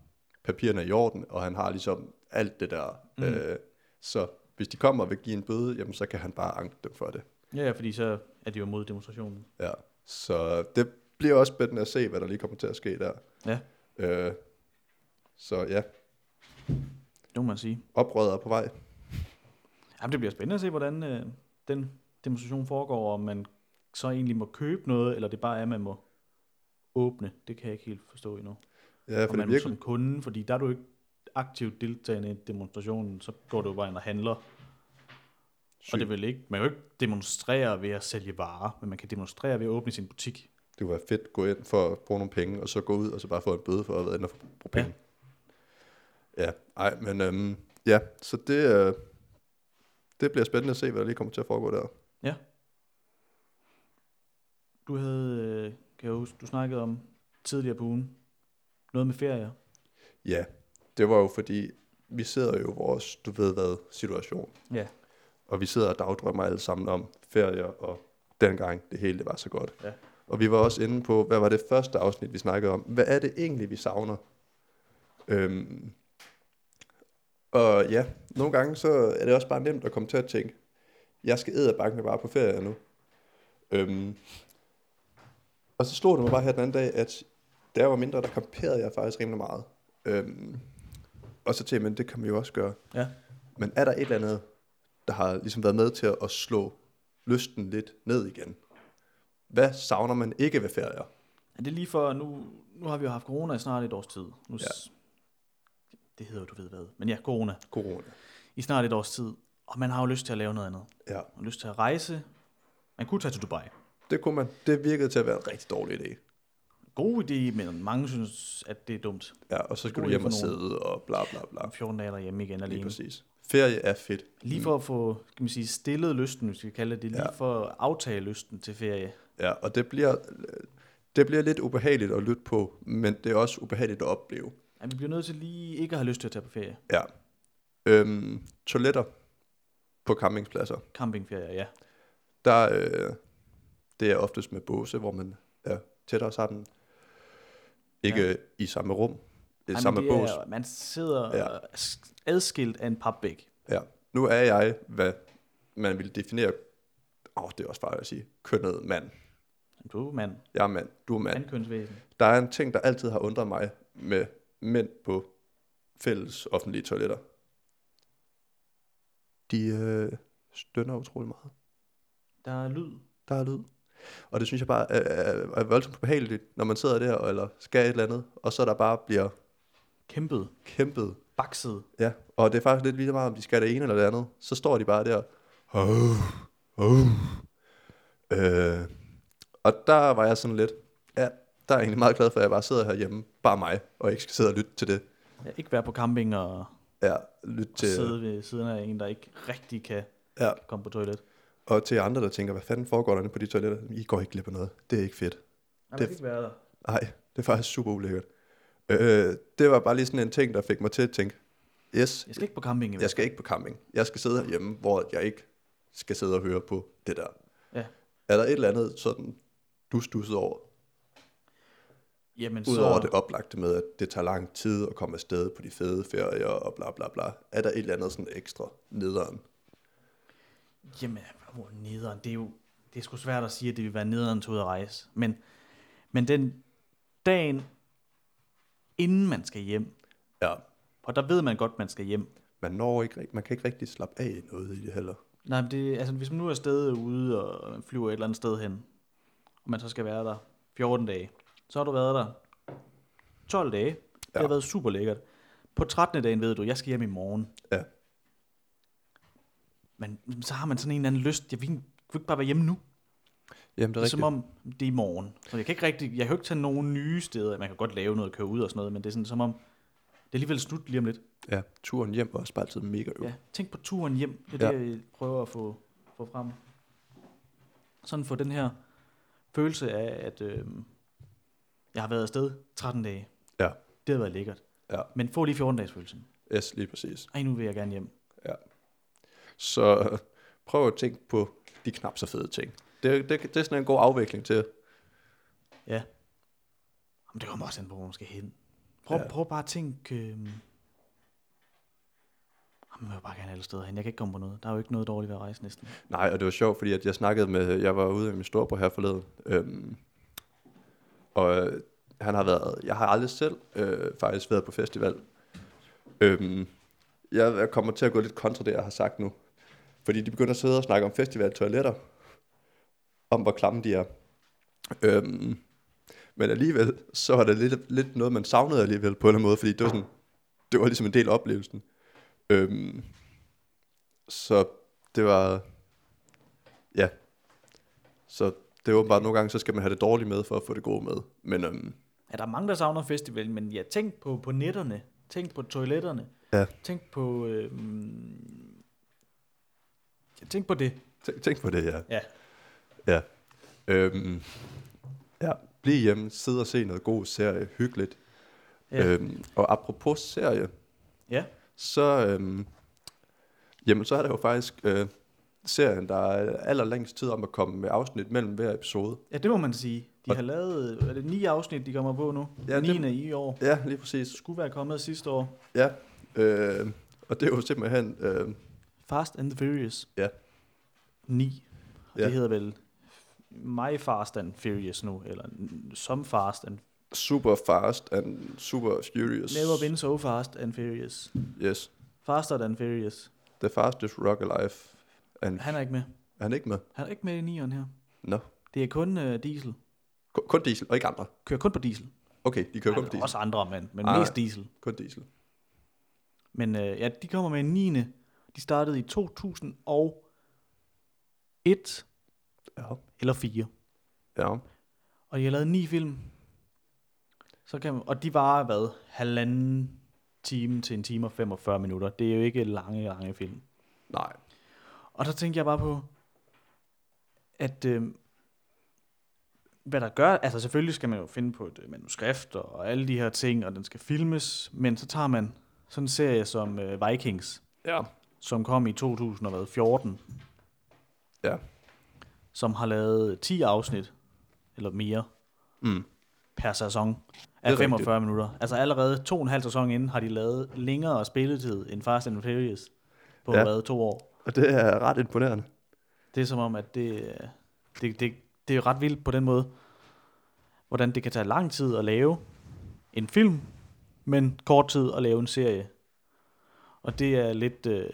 A: papirerne i orden, og han har ligesom alt det der. Mm. Øh, så hvis de kommer og vil give en bøde, jamen så kan han bare anke dem for det.
B: Ja, ja, fordi så er de jo mod demonstrationen.
A: Ja. Så det bliver også spændende at se, hvad der lige kommer til at ske der.
B: Ja,
A: Øh, så ja,
B: det må man sige.
A: oprøret er på vej.
B: Jamen, det bliver spændende at se, hvordan øh, den demonstration foregår, og om man så egentlig må købe noget, eller det bare er, at man må åbne. Det kan jeg ikke helt forstå endnu.
A: Ja,
B: Ja,
A: for
B: og
A: det
B: man må
A: virkelig,
B: som kunde, fordi der er du ikke aktivt deltagende i demonstrationen, så går du jo bare ind og handler. Sygt. Og det vil ikke, man kan jo ikke demonstrere ved at sælge varer, men man kan demonstrere ved at åbne sin butik.
A: det kunne være fedt at gå ind for at bruge nogle penge, og så gå ud og så bare få en bøde for at være inde og bruge penge. Ja, ja ej, men øhm, ja, så det, øh, det bliver spændende at se, hvad der lige kommer til at foregå der.
B: Ja. Du havde, øh, kan jeg huske, du snakkede om tidligere på ugen, noget med ferier.
A: Ja, det var jo fordi, vi sidder jo i vores, du ved hvad, situation.
B: Ja.
A: Og vi sidder og dagdrømmer alle sammen om ferier, og dengang det hele det var så godt.
B: Ja.
A: Og vi var også inde på, hvad var det første afsnit, vi snakkede om? Hvad er det egentlig, vi savner? Øhm, og ja, nogle gange så er det også bare nemt at komme til at tænke, jeg skal æderbankene bare på ferie nu. Øhm, og så slog det mig bare her den anden dag, at da jeg var mindre, der kamperede jeg faktisk rimelig meget. Øhm, og så tænkte jeg, men det kan man jo også gøre.
B: Ja.
A: Men er der et eller andet, der har ligesom været med til at- at slå lysten lidt ned igen? Hvad savner man ikke ved ferier?
B: Er det lige for, nu, nu har vi jo haft corona i snart et års tid. Nu, ja. Det hedder jo, du ved hvad. Men ja, corona
A: Corona.
B: i snart et års tid. Og man har jo lyst til at lave noget andet.
A: Ja,
B: Man har lyst til at rejse. Man kunne tage til Dubai.
A: det kunne man. Det virkede til at være en rigtig dårlig idé.
B: God idé, men mange synes, at det er dumt.
A: Ja, og så skal
B: God
A: du hjem
B: idé
A: og
B: for nogen.
A: sidde og bla bla bla.
B: Om 14 dage derhjemme igen
A: Lige
B: alene.
A: præcis. Ferie er fedt.
B: Lige for at få kan man sige, stillet lysten, hvis vi kalder det, lige
A: Ja.
B: for at aftage lysten til ferie.
A: Ja, og det bliver, det bliver lidt ubehageligt at lytte på, men det er også ubehageligt at opleve.
B: At vi bliver nødt til lige ikke at have lyst til at tage på ferie.
A: Ja. Øhm, toiletter på campingpladser.
B: Campingferie, ja.
A: der, øh, det er oftest med båse, hvor man er tættere sammen. Ikke ja. i samme rum, i
B: Ej,
A: samme
B: men det
A: bås.
B: er, man sidder
A: Ja.
B: ja. adskilt af en papbæk.
A: Ja. Nu er jeg, hvad man vil definere, åh, det er også farligt at sige, kønnet mand.
B: Du er mand.
A: Jeg er mand, du er mand.
B: Andkønsvæsen.
A: Der er en ting, der altid har undret mig med mænd på fælles offentlige toiletter. De øh, stønner utrolig meget.
B: Der er lyd.
A: der er lyd. Og det synes jeg bare er, er, er voldsomt behageligt, når man sidder der, eller skal et eller andet, og så der bare bliver
B: Kæmpet.
A: kæmpet.
B: bakside.
A: Ja, og det er faktisk lidt lige meget, om de skal det ene eller det andet. Så står de bare der. Oh, oh. Øh, og der var jeg sådan lidt, ja, der er jeg egentlig meget glad for, at jeg bare sidder herhjemme, bare mig, og ikke skal sidde og lytte til det.
B: Ja, ikke være på camping og,
A: Ja, lytte
B: og
A: til,
B: sidde ved siden af en, der ikke rigtig kan
A: ja,
B: komme på toilet.
A: og til andre, der tænker, hvad fanden foregår der inde på de toiletter? I går ikke glip af noget. Det er ikke fedt.
B: Nej,
A: Det-
B: det, ikke være der.
A: Nej, det er faktisk super ulækkert. Øh, det var bare lige sådan en ting, der fik mig til at tænke, yes,
B: Jeg skal ikke på camping. i hvert
A: jeg skal ikke på camping. Jeg skal sidde herhjemme, hvor jeg ikke skal sidde og høre på det der.
B: Ja.
A: Er der et eller andet sådan, du stusset over,
B: fald. Jamen,
A: udover
B: så,
A: det oplagte med, at det tager lang tid at komme afsted på de fede ferier og bla bla bla? Er der et eller andet sådan ekstra nederen?
B: Jamen, hvor nederen. Det er jo det er sgu svært at sige, at det vil være nederen til ud at rejse. Men, men den dagen, inden man skal hjem,
A: Ja,
B: og der ved man godt, man skal hjem.
A: man, når ikke, rigt- man kan ikke rigtig slappe af i noget i det heller.
B: Nej, men det, altså, hvis man nu er stedet ude og man flyver et eller andet sted hen, og man så skal være der 14 dage, så har du været der 12 dage. Det
A: Ja.
B: har været super lækkert. På 13. dagen ved du, jeg skal hjem i morgen.
A: Ja,
B: Men så har man sådan en eller anden lyst. Jeg vil ikke, jeg vil ikke bare være hjemme nu.
A: Jamen,
B: Det er som om, det er i morgen. Så jeg kan ikke rigtig, jeg kan jo ikke tage nogen nye steder. Man kan godt lave noget, køre ud og sådan noget, men det er sådan som om, det er alligevel slut lige om lidt.
A: Ja, turen hjem var også bare altid mega øv.
B: Ja, tænk på turen hjem. Det er
A: Ja.
B: ja. det, jeg prøver at få, få frem. Sådan få den her følelse af, at øh, jeg har været afsted 13 dage.
A: Ja.
B: Det har været lækkert.
A: Ja.
B: Men få lige 14-dages følelsen.
A: Yes, lige præcis.
B: Ej, nu vil jeg gerne hjem.
A: Så prøv at tænke på de knap så fede ting. Det, det, det er sådan en god afvikling til.
B: Ja. Jamen, det kommer også an på, hvor man skal hen. Prøv,
A: Ja.
B: ja. prøv bare at tænke... Øh... Jamen, jeg vil bare gerne alle steder hen. Jeg kan ikke komme på noget. Der er jo ikke noget dårligt ved at rejse næsten.
A: Nej, og det var sjovt, fordi at jeg snakkede med, jeg var ude med min storebror her forleden, øhm, og øh, han har været, jeg har aldrig selv øh, faktisk været på festival. Øhm, jeg, jeg kommer til at gå lidt kontra det, jeg har sagt nu, fordi de begynder at sidde og snakke om festivaltoiletter, om hvor klamme de er. Øhm, men alligevel, så var det lidt, lidt noget, man savnede alligevel på en eller anden måde, fordi det var, sådan, det var ligesom en del af oplevelsen. Øhm, så det var, Ja. Så det er åbenbart, nogle gange, så skal man have det dårlige med, for at få det gode med. Men øhm,
B: Ja, der er mange, der savner festivalen, men ja, tænk på, på netterne. Tænk på toiletterne.
A: Ja.
B: Tænk på... Øh... mm, Ja, tænk på det.
A: tænk, tænk på det, ja.
B: Ja.
A: Ja. Øhm, ja. Bliv hjemme, sid og se noget god serie, hyggeligt.
B: Ja.
A: Ja. Øhm, og apropos serie,
B: Ja.
A: så, øhm, jamen, så er der jo faktisk øh, serien, der er allerlængst tid om at komme med afsnit mellem hver episode.
B: ja, det må man sige. De
A: Og-
B: har lavet øh, er det ni afsnit, de kommer på nu.
A: Ja,
B: Ja,
A: det-
B: 9. Det... i år.
A: Ja, lige præcis.
B: Skulle være kommet sidste år.
A: Ja. Øh, og det er jo simpelthen... Øh,
B: Fast and the Furious.
A: Ja.
B: 9. Og
A: Ja.
B: ja. det hedder vel My Fast and Furious nu, eller n- Some Fast and
A: super fast and super furious.
B: Never Been So Fast and Furious.
A: Yes.
B: Faster than Furious.
A: The Fastest Rock Alive. And
B: Han er ikke med.
A: er han ikke med?
B: Han er ikke med i nieren her.
A: Nå.
B: Det er kun øh, diesel.
A: Ku- Kun diesel, og ikke andre.
B: Kører kun på diesel.
A: Okay, de kører
B: Ej,
A: kun
B: der
A: på
B: er
A: diesel.
B: også andre, men, men
A: Ah.
B: mest diesel.
A: Kun diesel.
B: Men øh, ja, de kommer med en 9. De startede i 2001
A: Ja.
B: eller 4.
A: Ja.
B: Og de har lavet ni film. Så kan man, og de varer hvad? Halvanden time til en time og 45 minutter. Det er jo ikke lange, lange film.
A: Nej.
B: Og der tænkte jeg bare på, at øh, hvad der gør, altså selvfølgelig skal man jo finde på et øh, manuskript og, og alle de her ting, og den skal filmes, men så tager man sådan en serie som øh, Vikings,
A: Ja.
B: som kom i 2014,
A: Ja.
B: som har lavet 10 afsnit, eller mere,
A: Mm.
B: per sæson
A: Det er
B: af 45 rigtigt. minutter. Altså allerede to og en halv sæson inden har de lavet længere spilletid end Fast and Furious på
A: Ja.
B: ja. hvad, to år.
A: Og det er ret imponerende.
B: Det er som om, at det, øh, det, det, det er ret vildt på den måde, hvordan det kan tage lang tid at lave en film, men kort tid at lave en serie. Og det er lidt... Øh,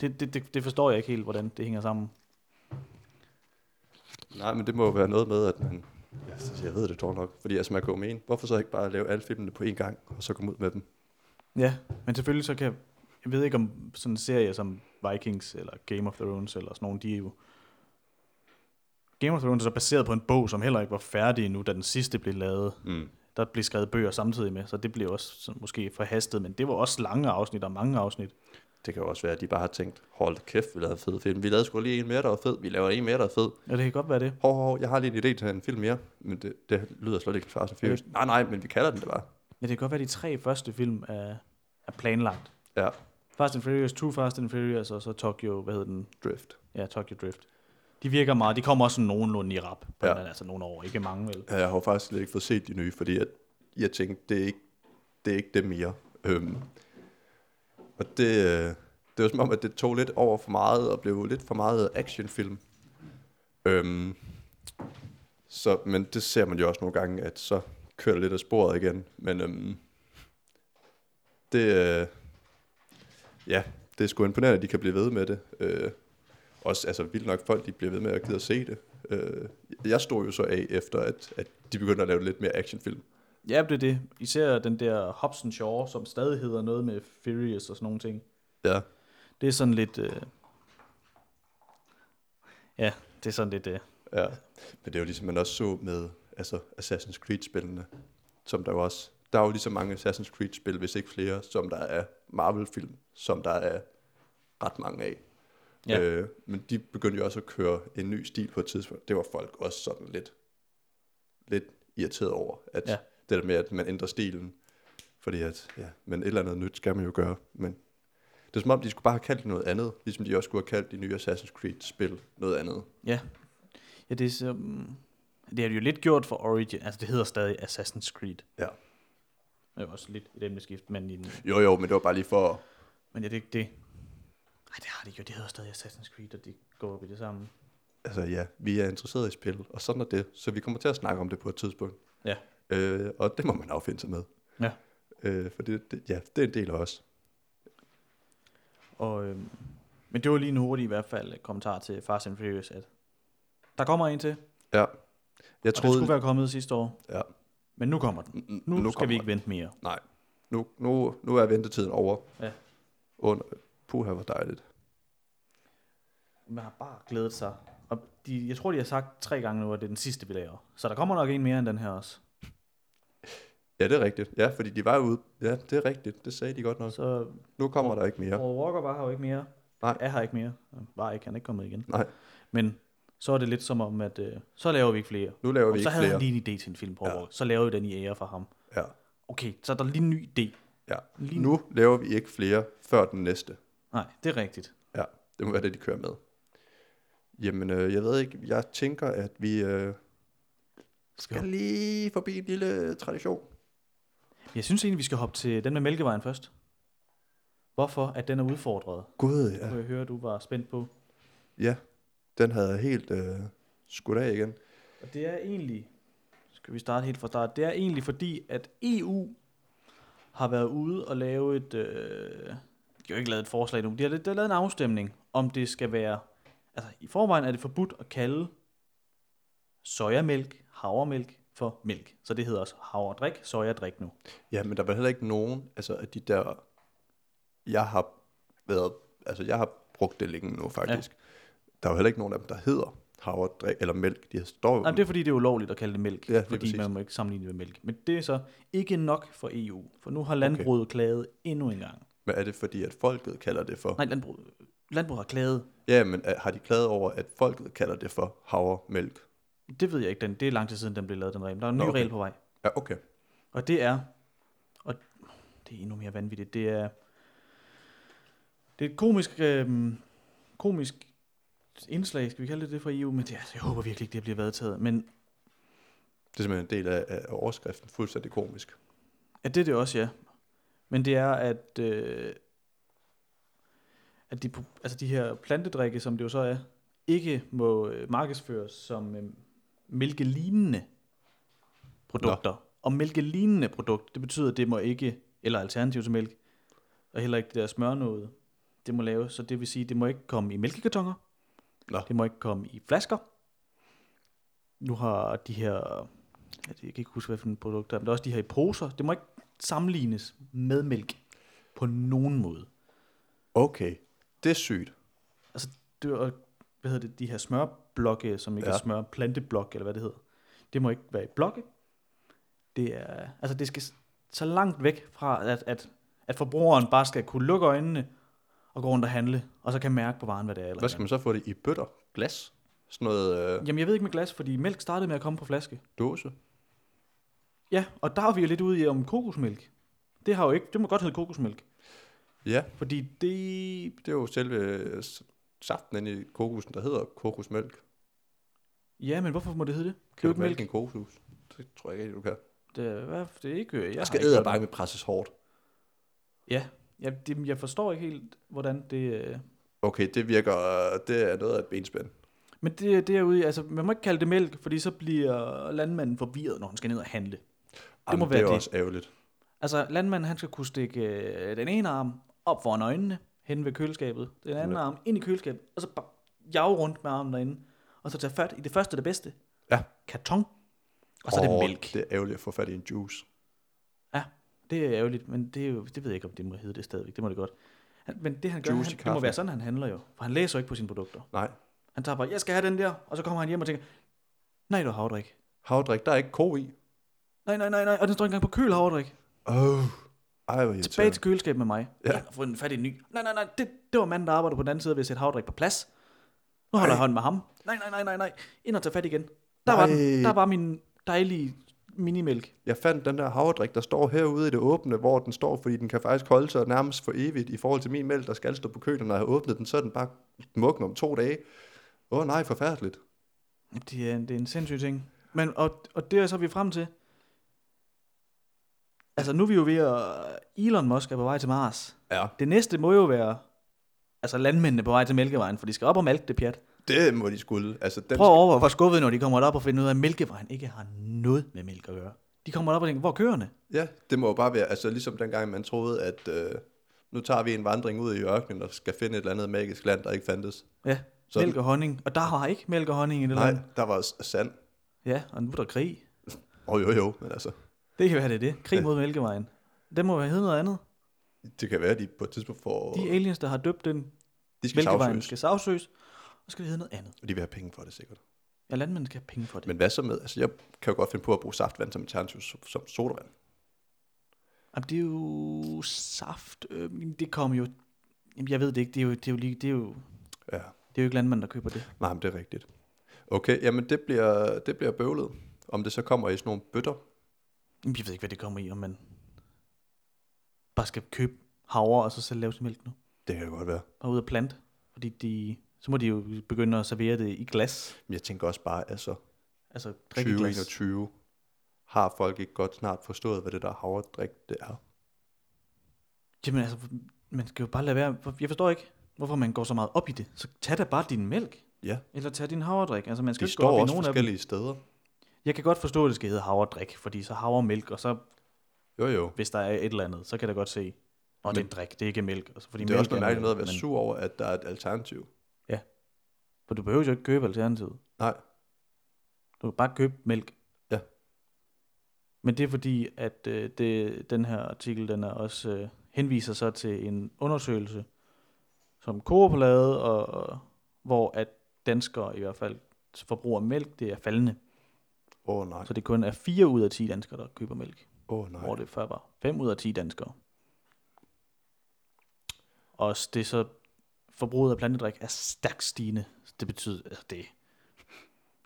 B: det, det, det, det forstår jeg ikke helt, hvordan det hænger sammen.
A: Nej, men det må jo være noget med, at man... Ja, så jeg ved det dog nok. Fordi altså, man kan jo mene, hvorfor så ikke bare lave alle filmene på én gang, og så komme ud med dem?
B: Ja, men selvfølgelig så kan jeg, jeg ved ikke om sådan en serie som Vikings eller Game of Thrones eller sådan nogle, de er jo Game of Thrones er så baseret på en bog, som heller ikke var færdig endnu, da den sidste blev lavet.
A: Mm.
B: Der blev skrevet bøger samtidig med, så det blev også sådan, måske forhastet, men det var også lange afsnit og mange afsnit.
A: Det kan jo også være, at de bare har tænkt, hold da kæft, vi lavede en fed film. Vi lavede sgu lige en mere, der var fed. Vi laver en mere, der er fed.
B: Ja, det kan godt være det.
A: Hov, hov, hov, jeg har lige en idé til en film mere, men det, det lyder slet ikke Fast and Furious. Nej, nej, men vi kalder den det bare.
B: Ja, det kan godt være, at de tre første film er, er planlagt.
A: Ja,
B: Fast and Furious 2, Fast and Furious, og så Tokyo, hvad hedder den?
A: Drift.
B: Ja, Tokyo Drift. De virker meget, de kommer også sådan nogenlunde i rap, på
A: Ja.
B: ja. altså nogle år, ikke mange vel.
A: Ja, Jeg har jo faktisk slet ikke fået set de nye, fordi jeg, jeg tænkte, det er ikke det, er ikke det mere. Øhm, og det, øh, det var som om, at det tog lidt over for meget, og blev lidt for meget actionfilm. Øhm, så, men det ser man jo også nogle gange, at så kører det lidt af sporet igen. Men øhm, det, øh, ja, det er sgu imponerende, at de kan blive ved med det. Øh, også altså, vildt nok folk, de bliver ved med at gide at se det. Øh, jeg stod jo så af efter, at, at de begyndte at lave lidt mere actionfilm.
B: Ja, det er det. Især den der Hobson Shaw, som stadig hedder noget med Furious og sådan nogle ting.
A: Ja.
B: Det er sådan lidt... Øh... Ja, det er sådan lidt... Øh...
A: ja. Men det er jo ligesom, man også så med altså, Assassin's Creed-spillene, som der jo også... Der er jo lige så mange Assassin's Creed-spil, hvis ikke flere, som der er Marvel-film, som der er ret mange af.
B: Ja.
A: Øh, men de begyndte jo også at køre en ny stil på et tidspunkt. Det var folk også sådan lidt, lidt irriteret over, at
B: Ja.
A: ja. det der med, at man ændrer stilen. Fordi at, ja, men et eller andet nyt skal man jo gøre. Men det er som om, de skulle bare have kaldt det noget andet, ligesom de også skulle have kaldt de nye Assassin's Creed-spil noget andet.
B: Ja. Ja, det er så... mm, Det har de jo lidt gjort for Origin. Altså, det hedder stadig Assassin's Creed.
A: Ja.
B: Det er også lidt et emneskift, men, i den...
A: Jo, jo, men det var bare lige for...
B: men ja, det er ikke det. Nej, det har de gjort. Det hedder stadig Assassin's Creed, og det går op i det samme.
A: Altså ja, vi er interesseret i spil, og sådan er det. Så vi kommer til at snakke om det på et tidspunkt.
B: Ja.
A: Øh, og det må man affinde sig med.
B: Ja.
A: Øh, for det, det, ja, det er en del af os.
B: Og, øhm, men det var lige en hurtig i hvert fald øh, kommentar til Fast and Furious, at der kommer en til,
A: Ja. Jeg
B: jeg troede, og den
A: troede,
B: skulle være kommet sidste år.
A: Ja.
B: Men nu kommer den.
A: N- n-
B: Nu, nu skal
A: kommer
B: vi ikke vente mere.
A: nu, nu, nu er ventetiden over.
B: Ja.
A: Under, puha, hvor dejligt.
B: Man har bare glædet sig. Og de, jeg tror, de har sagt tre gange nu, at det er den sidste, vi laver. Så der kommer nok en mere end den her også.
A: Ja, det er rigtigt. Ja, fordi de var jo ude. Ja, det er rigtigt. Det sagde de godt nok.
B: Så
A: Nu kommer der ikke
B: ja.
A: mere.
B: Walker var her jo ikke mere.
A: Nej.
B: Er her ikke mere. Var ikke, han er ikke kommet igen.
A: Nej.
B: Men så er det lidt som om, at øh, så laver vi ikke flere.
A: Nu laver
B: Og
A: vi
B: så
A: ikke
B: havde
A: flere.
B: han lige en idé til en film på
A: Ja.
B: ja. Så laver vi den i ære for ham.
A: Ja,
B: Okay, så er der lige en ny idé.
A: ja.
B: Lige nu.
A: Nu laver vi ikke flere før den næste.
B: Nej, det er rigtigt.
A: Ja, det må være det, de kører med. Jamen, øh, jeg ved ikke. Jeg tænker, at vi øh, skal lige forbi en lille tradition.
B: Jeg synes egentlig, vi skal hoppe til den med Mælkevejen først. Hvorfor at den er udfordret?
A: Gud,
B: Ja.
A: ja.
B: Kunne jeg høre, du var spændt på.
A: Ja, den havde jeg helt øh, skudt af igen.
B: Og det er egentlig, skal vi starte helt fra start, det er egentlig fordi, at EU har været ude og lave et, øh, de har jo ikke lavet et forslag nu, de har, de har lavet en afstemning, om det skal være, altså i forvejen er det forbudt at kalde sojamælk, havremælk, for mælk. Så det hedder også havredrik, sojadrik nu.
A: Ja, men der var heller ikke nogen, altså af de der, jeg har været, altså jeg har brugt det længe nu faktisk. Ja. Der er jo heller ikke nogen af dem, der hedder havredrik eller mælk. De står jo,
B: Nej, det er fordi, det er ulovligt at kalde det mælk,
A: Ja, det er
B: fordi
A: præcis.
B: man må ikke sammenligne det med mælk. Men det er så ikke nok for EU, for nu har landbruget okay. klaget endnu en gang.
A: men er det fordi, at folket kalder det for?
B: Nej, landbruget, landbruget har klaget
A: Ja, men er, har de klaget over, at folket kalder det for havremælk?
B: Det ved jeg ikke. Den, det er lang tid siden, den blev lavet, den regel. Der er en ny
A: Nå, okay.
B: regel på vej.
A: Ja, okay.
B: Og det er... Og det er endnu mere vanvittigt. Det er... Det er et komisk... Øh, komisk indslag, skal vi kalde det det fra EU, men det, er- jeg håber virkelig ikke, det bliver vedtaget. Men
A: Det er simpelthen en del af, af overskriften, fuldstændig komisk.
B: Ja, det er det også, ja. Men det er, at, øh, at de, pro- altså de her plantedrikke, som det jo så er, ikke må øh, markedsføres som øh, mælkelignende produkter. Nå. Og mælkelignende produkt, det betyder, at det må ikke, eller alternativ til mælk, og heller ikke det der smørnåde, det må laves. Så det vil sige, det må ikke komme i mælkekartoner.
A: Nå.
B: Det må ikke komme i flasker. Nu har de her jeg kan ikke huske, hvad for en produkt der er, men der er også de her i poser. Det må ikke sammenlignes med mælk. på nogen måde.
A: Okay, det er sygt.
B: Altså, det var, hvad hedder det, de her smørblokke, som ikke ja.
A: Ja.
B: er smør, planteblok, eller hvad det hedder. Det må ikke være i blokke. Det er, altså det skal s- så langt væk fra, at, at, at forbrugeren bare skal kunne lukke øjnene og gå rundt og handle, og så kan mærke på varen, hvad det er. Eller
A: Hvad skal man så få det i bøtter? Glas? Sådan noget øh,
B: Jamen, jeg ved ikke med glas, fordi mælk startede med at komme på flaske.
A: dåse?
B: Ja, og der er vi jo lidt ude i om kokosmælk. Det har jo ikke, det må godt hedde kokosmælk,
A: Ja,
B: fordi det,
A: det er jo selve øh, s- saften inde i kokosen, der hedder kokosmælk. Kan
B: ja, men hvorfor må det hedde det? Det er
A: du
B: jo ikke mælk.
A: mælke en kokos? Det tror jeg ikke, du kan.
B: Det, er- hvad, det er ikke, øh, jeg, har
A: Jeg skal
B: ikke
A: æde
B: hørt
A: bare med presses hårdt.
B: Ja, jeg, det, jeg forstår ikke helt, hvordan det... øh,
A: Okay, det virker, øh, det er noget af et benspænd.
B: Men det, det er ude i- altså man må ikke kalde det mælk, fordi så bliver landmanden forvirret, når han skal ned og handle.
A: Jamen,
B: må
A: det
B: være
A: er
B: det.
A: også ærgerligt.
B: Altså landmanden, han skal kunne stikke øh, den ene arm op foran øjnene, hen ved køleskabet, den anden
A: Ja.
B: arm ind i køleskabet, og så bare jage rundt med armen derinde, og så tage fat i det første, det bedste.
A: Ja.
B: Karton. Og så oh, er
A: Åh,
B: det mælk.
A: Det er ærgerligt at få fat i en juice.
B: Ja, det er ærgerligt, men det, er jo, det ved jeg ikke, om det må hedde det stadigvæk. Det må det godt. Han, men det han gør, han,
A: Juice i
B: det må
A: kaffe.
B: være sådan, han handler jo. For han læser jo ikke på sine produkter.
A: Nej.
B: Han tager bare, jeg skal have den der, og så kommer han hjem og tænker, nej, du har havredrik.
A: Havdrik, der er ikke ko i.
B: Nej, nej, nej, nej, og den står ikke engang på køl havredrik.
A: Åh, oh. ej, hvor
B: Tilbage
A: irriterende.
B: til køleskabet med mig.
A: Ja.
B: Ja. Jeg har fundet fat i en ny. Nej, nej, nej, det, det var manden, der arbejder på den anden side ved at sætte havredrik på plads. Nu
A: Ej.
B: holder jeg hånden med ham. Nej, nej, nej, nej, nej. Ind og tage fat igen. Der var
A: Nej.
B: den. Der var min dejlige minimælk.
A: Jeg fandt den der havredrik, der står herude i det åbne, hvor den står, fordi den kan faktisk holde sig nærmest for evigt i forhold til min mælk, der skal stå på kølen, når jeg har åbnet den, så er den bare mukken om to dage. Åh oh, nej, forfærdeligt.
B: Det er, det er en sindssyg ting. Men, og, og det er så vi frem til. Altså, nu er vi jo ved at... Elon Musk er på vej til Mars.
A: Ja.
B: Det næste må jo være... Altså, landmændene på vej til Mælkevejen, for de skal op og mælke det pjat.
A: Det må de skulle. Altså, den
B: Prøv at overveje, hvor skuffet, når de kommer derop og finder ud af, at Mælkevejen ikke har noget med mælk at gøre. De kommer derop og tænker, hvor er køerne?
A: Ja, det må jo bare være, altså ligesom dengang man troede, at øh, nu tager vi en vandring ud i ørkenen og skal finde et eller andet magisk land, der ikke fandtes.
B: Ja,
A: Sådan.
B: Sådan. mælk og honning. Og der har ikke mælk og honning i det
A: Nej,
B: land.
A: der var s- sand.
B: Ja, og nu er der krig.
A: Åh oh, jo jo, men altså,
B: Det kan være, det er det. Krig mod Mælkevejen. Den må være hedde noget andet.
A: det kan være, at de på et tidspunkt får...
B: De aliens, der har døbt den
A: de skal
B: Mælkevejen,
A: sagsøges,
B: skal sagsøges. Og skal det hedde noget andet.
A: og de vil have penge for det sikkert.
B: Ja, landmændene skal have penge for det. Men,
A: Men hvad så med, altså jeg kan jo godt finde på at bruge saftvand som alternativ so- som sodavand.
B: Jamen, det er jo saft. Øh, men det kommer jo... Jamen, jeg ved det ikke. Det er jo, det er jo, lige, det er jo,
A: Ja,
B: det er jo ikke landmanden, der køber det.
A: nej, men det er rigtigt. Okay, jamen det bliver, det bliver bøvlet. Om det så kommer i sådan nogle bøtter.
B: Jamen, Jeg ved ikke, hvad det kommer i, om man bare skal købe havre, og så selv lave til mælk nu.
A: Det kan det godt være.
B: Bare ud og plante. Fordi de, så må de jo begynde at servere det i glas.
A: Men jeg tænker også bare, altså
B: Altså drikkeglas.
A: 2021 har folk ikke godt snart forstået, hvad det der havredrik det er.
B: Jamen altså, man skal jo bare lade være. Jeg forstår ikke, hvorfor man går så meget op i det. Så tag da bare din mælk.
A: Ja,
B: Eller tag din havredrik. Altså, man skal
A: de
B: ikke gå op
A: står
B: i
A: også
B: nogen af dem.
A: forskellige steder.
B: Jeg kan godt forstå, at det skal hedde havredrik, fordi så havremælk, og så
A: Jo jo.
B: hvis der er et eller andet, så kan jeg da godt se, at det er en drik, det er ikke mælk. Altså, fordi
A: Det er
B: mælk
A: også noget mærkeligt noget at være
B: men-
A: sur over, at der er et alternativ.
B: For du behøver jo ikke købe alternativet.
A: Nej,
B: Du kan bare købe mælk.
A: Ja.
B: Men det er fordi, at øh, det, den her artikel, den er også øh, henviser så til en undersøgelse, som Coop har lavet, og, og, hvor at danskere i hvert fald forbruger mælk, det er faldende.
A: åh oh, nej,
B: Så det kun er 4 ud af 10 danskere, der køber mælk,
A: åh oh,
B: Nej.
A: nej.
B: hvor det før var 5 ud af 10 danskere. Og s- det er så forbruget af plantedrik er stærkt stigende. Så Det betyder, at det,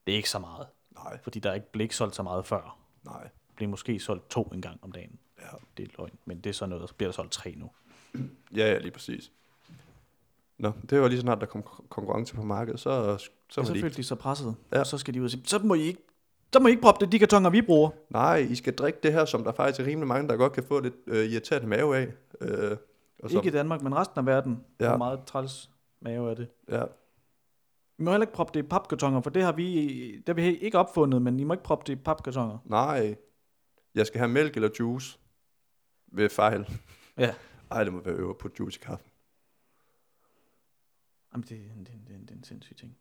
B: det er ikke så meget,
A: Nej,
B: fordi der er ikke, blev ikke solgt så meget før
A: nej.
B: blev måske solgt to en gang om dagen.
A: Ja.
B: Det er løgn, men det er sådan noget, og så bliver der solgt tre nu.
A: Ja, ja, lige præcis. Nå, det var lige så snart, der kom kon- konkurrence på markedet, så, så
B: Så,
A: var
B: så
A: det ikke.
B: følte de sig presset,
A: Ja.
B: ja. og så skal de ud og sige, så må I ikke, så må I ikke proppe det, i de kartonger, vi bruger.
A: Nej, I skal drikke det her, som der faktisk er rimelig mange, der godt kan få lidt øh, irriterende mave af. Øh, og
B: Ikke i Danmark, men resten af verden.
A: Ja.
B: Ja. Hvor meget træls mave er det.
A: Ja,
B: I må heller ikke proppe det i papkartonger, for det har vi, det har vi ikke opfundet, men I må ikke proppe det i papkartonger.
A: nej, jeg skal have mælk eller juice ved fejl.
B: Ja.
A: Ej, det må være øver på juice i kaffen.
B: Jamen, det, er en- det, er en- det, er en- det er en sindssyg ting.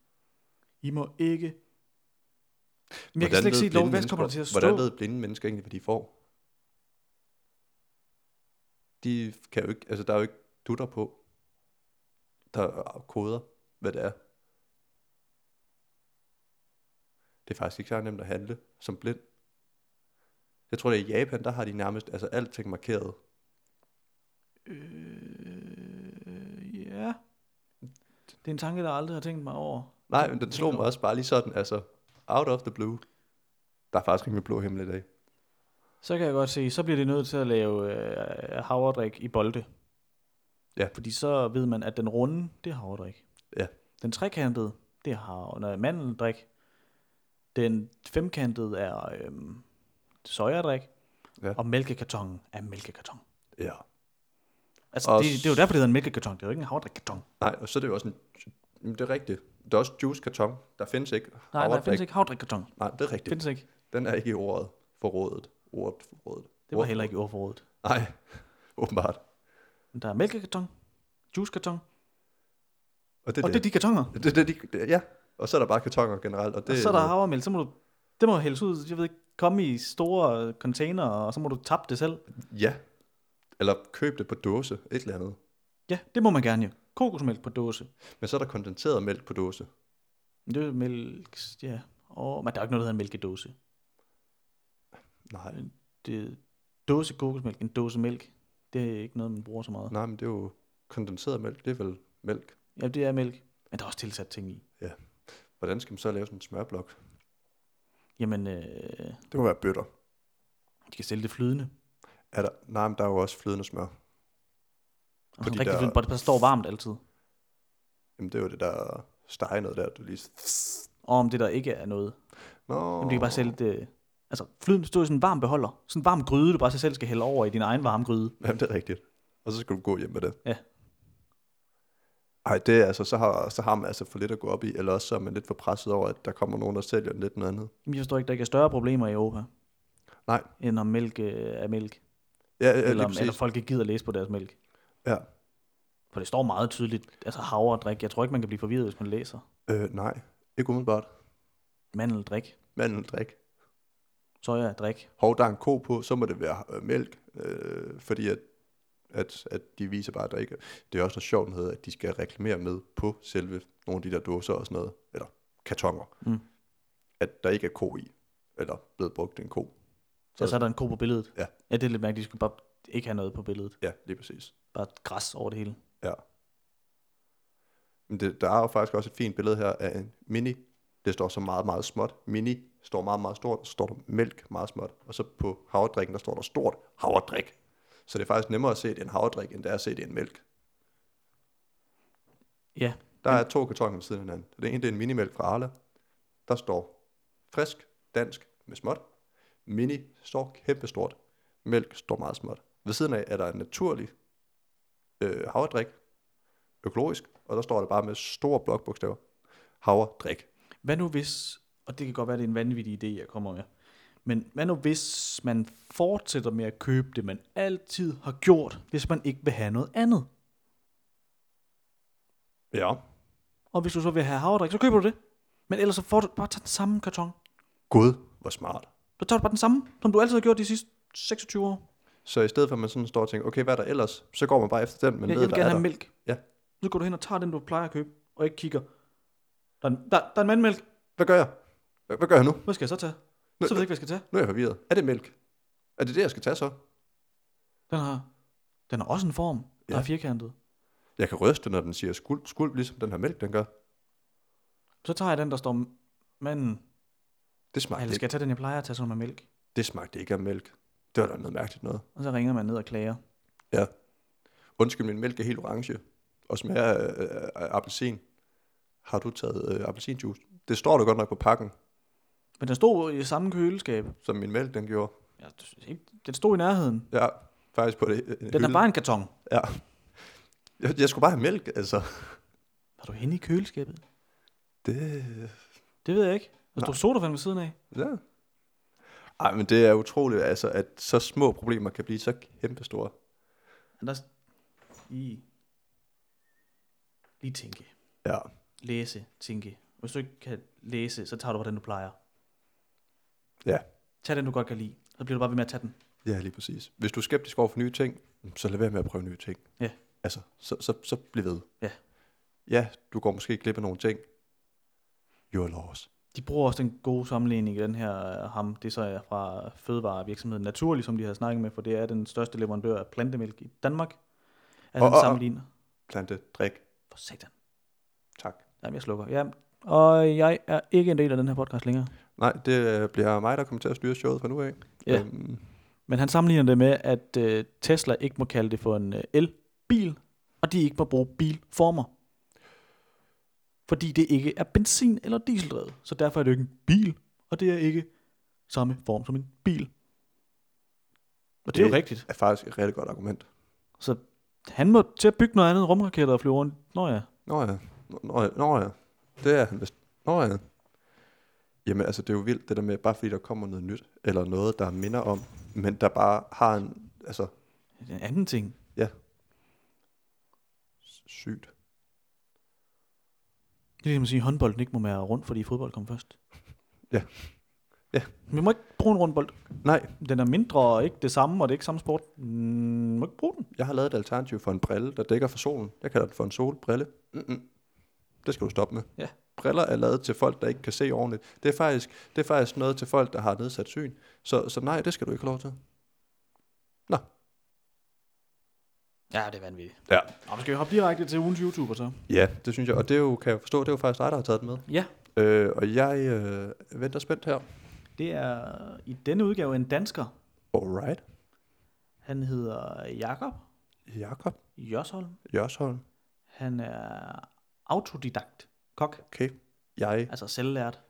B: I må ikke... Men jeg
A: Hvordan
B: kan slet ikke
A: ved
B: se,
A: blinde
B: lov, hvad kommer der til at
A: mennesker-
B: stå?
A: Hvordan ved blinde mennesker egentlig, hvad de får? de kan jo ikke, altså der er jo ikke dutter på, der er koder, hvad det er. Det er faktisk ikke så nemt at handle som blind. Jeg tror, det er i Japan, der har de nærmest altså alting markeret.
B: Øh, ja. Det er en tanke, der aldrig har tænkt mig over.
A: Nej, men den slog mig også bare lige sådan, altså out of the blue. Der er faktisk rimelig blå himmel i dag.
B: Så kan jeg godt se, så bliver det nødt til at lave øh, havredrik i bolde.
A: Ja.
B: Fordi så ved man, at den runde, det er havredrik.
A: Ja.
B: Den trekantede, det er havre, mandeldrik. Den femkantede er øh, sojadrik.
A: Ja.
B: Og mælkekartongen er mælkekarton.
A: Ja.
B: Altså,
A: Og
B: det, det, er jo derfor, det hedder en mælkekarton. Det er jo ikke en havredrikkarton.
A: Nej, og så er det jo også en... Jamen, det er rigtigt. Der er også juice-karton. Der findes ikke.
B: Nej, nej,
A: havredrik.
B: findes ikke havredrikkarton.
A: Nej, det er rigtigt.
B: Findes ikke.
A: Den er ikke i ordet for rådet. Ordet for rådet.
B: Det var heller ikke ordforrådet.
A: Nej, [LAUGHS] åbenbart.
B: Men der er mælkekarton, juicekarton,
A: Og det er
B: og det er de kartonger.
A: Det, det, det, det, ja, og så er der bare kartonger generelt. Og, det,
B: og så er der havremælk, så må du, det må hældes ud, jeg ved ikke, komme i store øh, container, og så må du tappe det selv.
A: Ja, eller køb det på dåse, et eller andet.
B: Ja, det må man gerne jo. Kokosmælk på dåse.
A: Men så er der kondenseret mælk på dåse.
B: Men Det er jo mælk, ja. Og, men der er jo ikke noget, der hedder en mælkedåse.
A: Nej,
B: Det er dåse kokosmælk, en dåse mælk. Det er ikke noget, man bruger så meget.
A: nej, men det er jo kondenseret mælk, det er vel mælk.
B: Ja, det er mælk, men der er også tilsat ting i.
A: Hvordan skal man så lave sådan en smørblok?
B: Jamen, øh,
A: Det må være bøtter.
B: de kan sælge det flydende.
A: Er der, nej, men der er jo også flydende smør.
B: Og
A: Fordi
B: sådan rigtig
A: der-
B: flydende, bare det står varmt altid.
A: Jamen, det er jo det der stege noget der, du lige...
B: Og om det der ikke er noget.
A: Nå.
B: Jamen, de kan bare sælge det. Altså, flydende står i sådan en varm beholder. Sådan en varm gryde, du bare selv skal hælde over i din egen varme gryde.
A: Jamen, det er rigtigt. Og så skal du gå hjem med det.
B: Ja.
A: Ej, det er altså, så har, så har man altså for lidt at gå op i, eller også så er man lidt for presset over, at der kommer nogen, der sælger lidt noget andet.
B: Jamen, Jeg forstår ikke, der ikke er større problemer i Europa.
A: Nej.
B: End om mælk øh, er mælk.
A: Ja, ja
B: eller,
A: lige
B: om,
A: præcis.
B: eller folk ikke gider læse på deres mælk.
A: Ja.
B: For det står meget tydeligt, altså havredrik. Jeg tror ikke, man kan blive forvirret, hvis man læser.
A: Øh, nej, ikke umiddelbart.
B: Mandeldrik,
A: Mandeldrik.
B: sojadrik.
A: Hov, der er en ko på, så må det være øh, mælk, øh, fordi at, at, at de viser bare, at der ikke Det er også noget sjovt noget, at de skal reklamere med på selve nogle af de der dåser og sådan noget, eller kartonger,
B: Mm.
A: at der ikke er ko i, eller blevet brugt en ko.
B: Så, så er der en ko på billedet.
A: Ja.
B: ja det er lidt mærkeligt. De skulle bare ikke have noget på billedet.
A: Ja, lige præcis.
B: Bare græs over det hele.
A: Ja. Men det, der er jo faktisk også et fint billede her af en mini. Det står så meget, meget småt. Mini står meget, meget stort, og så står der mælk meget småt. Og så på havredrikken, der står der stort havredrik. Så det er faktisk nemmere at se det i en havredrik, end det er at se det i en mælk.
B: Ja,
A: Der er to kartoner ved siden af hinanden. Den ene det er en minimælk fra Arla. Der står frisk, dansk med småt. Mini står kæmpestort. Mælk står meget småt. Ved siden af er der en naturlig øh, havredrik, økologisk, og der står det bare med store blokbogstaver. Havredrik.
B: Hvad nu hvis, og det kan godt være, det er en vanvittig idé, jeg kommer med, men hvad nu hvis man fortsætter med at købe det, man altid har gjort, hvis man ikke vil have noget andet?
A: Ja.
B: Og hvis du så vil have havredrik, så køber du det. Men ellers så får du bare tage den samme karton.
A: Gud, hvor smart.
B: Så tager du bare den samme, som du altid har gjort de sidste 26 år.
A: Så i stedet for, at man sådan står og tænker, okay, hvad er der ellers? Så går man bare efter den, man
B: Jeg,
A: ved,
B: jeg vil
A: hvad
B: gerne
A: er
B: have
A: der.
B: mælk.
A: Ja.
B: Så går du hen og tager den, du plejer at købe, og ikke kigger. Der er en, der, der er en mandmælk.
A: Hvad gør jeg? Hvad hvad gør jeg nu?
B: Hvad skal jeg så tage?
A: Nå,
B: Så ved jeg ikke, hvad jeg skal tage.
A: Nu er jeg forvirret. Er det mælk? Er det det, jeg skal tage så?
B: Den har, den har også en form, der
A: Ja.
B: er firkantet.
A: Jeg kan ryste, når den siger skuld, skuld, ligesom den her mælk, den gør.
B: Så tager jeg den, der står manden.
A: Det smagte,
B: Eller
A: ikke,
B: skal jeg tage den, jeg plejer at tage, som er mælk?
A: det smagte ikke af mælk. Det var da noget mærkeligt noget.
B: Og så ringer man ned og klager.
A: Ja. Undskyld, min mælk er helt orange og smager af øh, af appelsin. Har du taget øh, appelsinjuice? Det står der godt nok på pakken,
B: Men den stod i samme køleskab.
A: som min mælk den gjorde.
B: Ja, det synes jeg ikke- Den stod i nærheden.
A: Ja, faktisk på det. øh, en
B: Den er
A: hylde.
B: bare en karton.
A: Ja. Jeg, jeg skulle bare have mælk, altså.
B: Var du henne i køleskabet?
A: Det...
B: Det ved jeg ikke. Der
A: Nej.
B: stod sodavand ved siden af.
A: Ja. Ej, men det er utroligt, altså, at så små problemer kan blive så kæmpestore.
B: Men der... Lige... Lige tænke.
A: Ja.
B: Læse, tænke. Hvis du ikke kan læse, så tager du bare den, du plejer.
A: Ja.
B: Tag den, du godt kan lide. Så bliver du bare ved med at tage den.
A: Ja, lige præcis. Hvis du er skeptisk over for nye ting, så lad være med at prøve nye ting.
B: Ja.
A: Altså, så, så, så bliv ved.
B: Ja.
A: Ja, du går måske glip af nogle ting. You're lost.
B: De bruger også den gode sammenligning i den her øh, ham, det så er fra fødevarevirksomheden Naturlig, som de har snakket med, for det er den største leverandør af plantemælk i Danmark.
A: Og-
B: At han
A: og- og-
B: sammenligner.
A: Plante, drik,
B: For satan.
A: tak.
B: Jamen, jeg slukker. Ja, og jeg er ikke en del af den her podcast længere.
A: Nej, det øh, bliver mig, der kommer til at styre showet fra nu af.
B: Ja.
A: Øhm,
B: Men han sammenligner det med, at øh, Tesla ikke må kalde det for en øh, elbil, og de ikke må bruge bilformer. Fordi det ikke er benzin- eller dieseldrevet. Så derfor er det jo ikke en bil, og det er ikke samme form som en bil. Og det, det er jo
A: Det-
B: rigtigt.
A: er faktisk et rigtig godt argument.
B: Så han må til at bygge noget andet rumraketter og flyve rundt. Nå ja,
A: Nå ja, Nå- nå ja, nå ja. Det er han vist. Nå ja. Jamen altså, det er jo vildt det der med, bare fordi der kommer noget nyt, eller noget, der minder om, men der bare har en, altså,
B: det er en anden ting.
A: sygt.
B: Det er ligesom at sige, at håndbolden ikke må være rundt, fordi fodbold kom først.
A: Ja. Ja.
B: Vi må ikke bruge en rundbold.
A: Nej,
B: Den er mindre og ikke det samme, og det er ikke samme sport. Mm, må ikke bruge den.
A: jeg har lavet et alternativ for en brille, der dækker for solen. Jeg kalder den for en solbrille. Mm-mm. Det skal du stoppe med.
B: Ja.
A: Briller er lavet til folk, der ikke kan se ordentligt. Det er faktisk, det er faktisk noget til folk, der har nedsat syn. Så, så nej, det skal du ikke have lov til.
B: Ja, det er vanvittigt.
A: Ja.
B: Nå, men skal vi hoppe direkte til ugens YouTuber så?
A: Ja, det synes jeg. Og det er jo, kan jeg forstå, det er jo faktisk dig, der har taget den med.
B: Ja.
A: Øh, og jeg øh, venter spændt her.
B: Det er i denne udgave en dansker.
A: Alright.
B: Han hedder Jakob
A: Jakob
B: Jørsholm.
A: Jørsholm.
B: Han er autodidakt kok,
A: Okay. Jeg,
B: altså selvlært.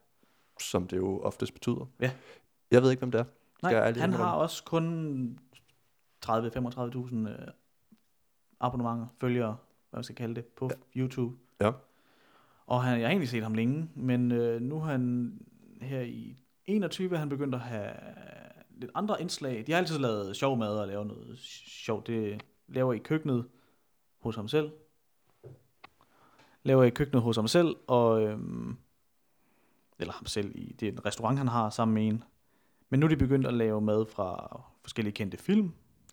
A: som det jo oftest betyder.
B: Ja.
A: Jeg ved ikke, hvem det er. Skal jeg
B: Nej,
A: ærligt
B: han
A: indrømme.
B: har også kun 30-35.000 øh, abonnementer, følgere, hvad man skal kalde det, på YouTube.
A: Ja.
B: Og han, jeg har egentlig set ham længe, men øh, nu er han her i 21, han begyndt at have lidt andre indslag. De har altid lavet sjov mad og lavet noget sjovt. Det laver i køkkenet hos ham selv. Laver i køkkenet hos ham selv, og øhm, eller ham selv i det er en restaurant, han har sammen med en. Men nu er de begyndt at lave mad fra forskellige kendte film.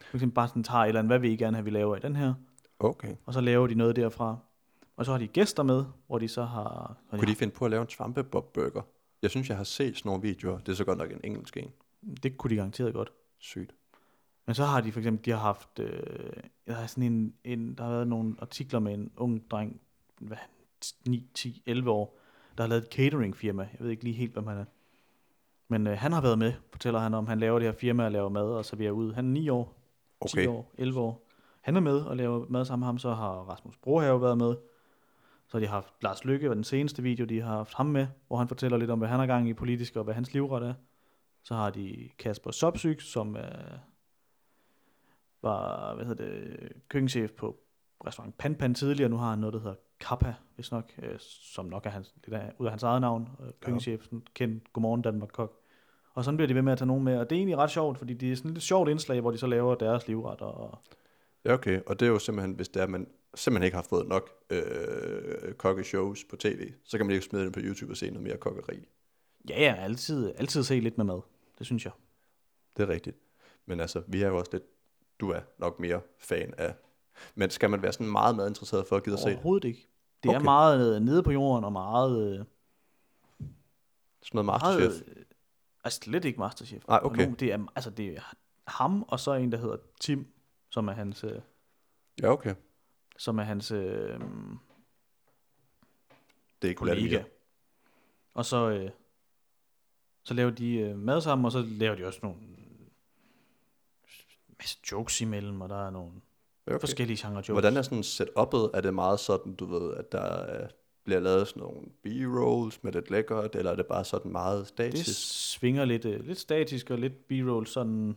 B: For eksempel bare sådan tager et eller andet, hvad vil I gerne have, vi laver i den her?
A: Okay.
B: Og så laver de noget derfra. Og så har de gæster med, hvor de så har... hvor
A: Kunne
B: de,
A: de finde på at lave en svampebob-burger? Jeg synes, jeg har set sådan nogle videoer. Det er så godt nok en engelsk en.
B: det kunne de garanteret godt.
A: Sygt.
B: Men så har de for eksempel, de har haft, øh, der har sådan en, en, der har været nogle artikler med en ung dreng, hvad, 9, 10, 11 år, der har lavet et cateringfirma. Jeg ved ikke lige helt, hvem han er. Men øh, han har været med, fortæller han om. Han laver det her firma og laver mad og serverer ud. Han er 9 år, 10
A: Okay.
B: år, 11 år. Han er med og laver mad sammen med ham. Så har Rasmus Brohave været med. Så har de haft Lars Lykke, var den seneste video, de har haft ham med, hvor han fortæller lidt om, hvad han har gang i politisk, og hvad hans livret er. Så har de Kasper Sopsyk, som øh, var hvad hedder det, køkkenchef på restaurant Pan Pan tidligere. Nu har han noget, der hedder Kappa, hvis nok, øh, som nok er hans, lidt af, ud af hans eget navn. Øh, køkkenchef, sådan kendt Godmorgen Danmark Kok. Og sådan bliver de ved med at tage nogen med. Og det er egentlig ret sjovt, fordi det er sådan et lidt sjovt indslag, hvor de så laver deres livret. Og,
A: Ja, okay. Og det er jo simpelthen, hvis det er, at man simpelthen ikke har fået nok øh, kokkeshows på tv, så kan man ikke smide dem på YouTube og se noget mere kokkeri.
B: ja, ja, altid, altid se lidt med mad. Det synes jeg.
A: Det er rigtigt. Men altså, vi er jo også lidt, du er nok mere fan af. Men skal man være sådan meget meget interesseret for at gide at se det?
B: Overhovedet ikke. Det okay. er
A: Okay.
B: meget øh, nede på jorden, og meget... øh,
A: Sådan noget
B: meget
A: Masterchef.
B: øh, altså, slet ikke Masterchef.
A: Nej,
B: Og
A: okay.
B: nogen- det, er, altså, det er ham, og så en, der hedder Tim, som er hans... Øh,
A: Ja, okay.
B: som er hans øh,
A: Det er ikke
B: kollega.
A: kollega.
B: Og så, øh, så laver de øh, mad sammen, og så laver de også nogle masse jokes imellem, og der er nogle okay.
A: Okay.
B: forskellige genre jokes.
A: Hvordan er sådan setup'et? Er det meget sådan, du ved, at der øh, bliver lavet sådan nogle b-rolls med lidt lækkert, eller er det bare sådan meget
B: det
A: statisk?
B: svinger lidt, øh, lidt statisk og lidt b-roll, sådan...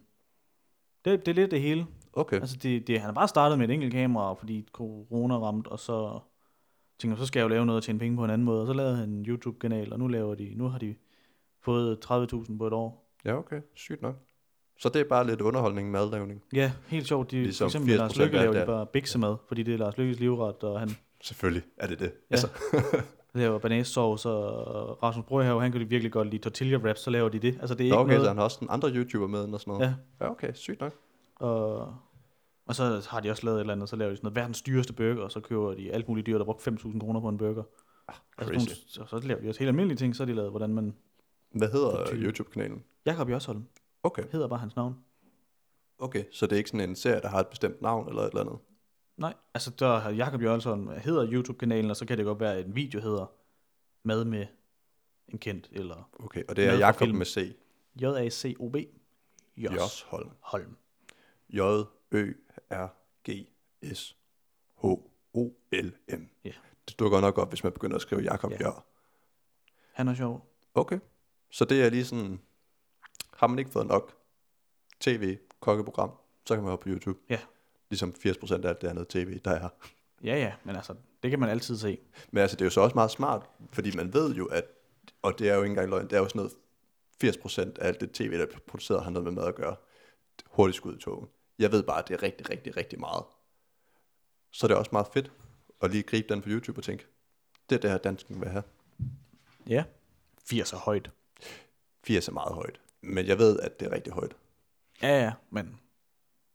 B: Det, det er lidt det hele.
A: Okay,
B: Altså, det, det, han har bare startet med et enkelt kamera, fordi corona ramte, og så tænkte jeg, så skal jeg jo lave noget og tjene penge på en anden måde. Og så lavede han en YouTube-kanal, og nu, laver de, nu har de fået 30.000 på et år.
A: ja okay, sygt nok. Så det er bare lidt underholdning, madlavning.
B: Ja, helt sjovt. De,
A: Ligesom
B: ligesom for eksempel med Lars
A: 80%
B: Lykke
A: af
B: laver de
A: det er-
B: bare biksemad, fordi det er Lars Lykkes livret, og han
A: Selvfølgelig er det det. Ja.
B: Ja.
A: Altså,
B: laver banæssovs, og Rasmus Brøhave, han kan det virkelig godt lide tortilla wraps, så laver de det. Altså det er
A: Nå,
B: ikke
A: okay, så
B: noget,
A: han har også en andre YouTuber med og sådan noget.
B: Ja.
A: ja okay, sygt nok.
B: og, og så har de også lavet et eller andet, så laver de sådan noget verdens dyreste burger, og så køber de alt muligt dyr, der brugt 5.000 kroner på en burger.
A: Crazy.
B: Altså, nogle, så, så laver de også helt almindelige ting, så har de lavet, hvordan man...
A: Hvad hedder
B: Tortilla.
A: YouTube-kanalen?
B: Jakob Jørsholm
A: Okay.
B: hedder bare hans navn.
A: okay, så det er ikke sådan en serie, der har et bestemt navn eller et eller andet?
B: Nej, altså der har Jakob Jørgensen hedder YouTube-kanalen, og så kan det godt være, at en video hedder Mad med en kendt, eller
A: Okay, og det er
B: Med fra
A: Jakob
B: film.
A: med C.
B: J-A-C-O-B, Jørs
A: Jørsholm.
B: Holm.
A: J, Ø, R, G, S, H, O, L, M.
B: Ja.
A: Det dukker nok op, hvis man begynder at skrive Jakob
B: Ja.
A: ja. Jør.
B: Han er sjov.
A: Okay. Så det er lige sådan, har man ikke fået nok tv, kokkeprogram, så kan man hoppe på YouTube.
B: Ja.
A: Ligesom 80% af alt det andet tv, der er.
B: Ja, ja, men altså, det kan man altid se.
A: Men altså, det er jo så også meget smart, fordi man ved jo, at, og det er jo ikke engang løgn, det er jo sådan noget, 80% af alt det tv, der bliver produceret, har noget med mad at gøre. Hurtigt skud i togen. Jeg ved bare, at det er rigtig, rigtig, rigtig meget. Så det er også meget fedt at lige gribe den på YouTube og tænke, det er det her dansken vil have.
B: Ja. 80 er højt.
A: 80 er meget højt, men jeg ved, at det er rigtig højt.
B: Ja, ja, men,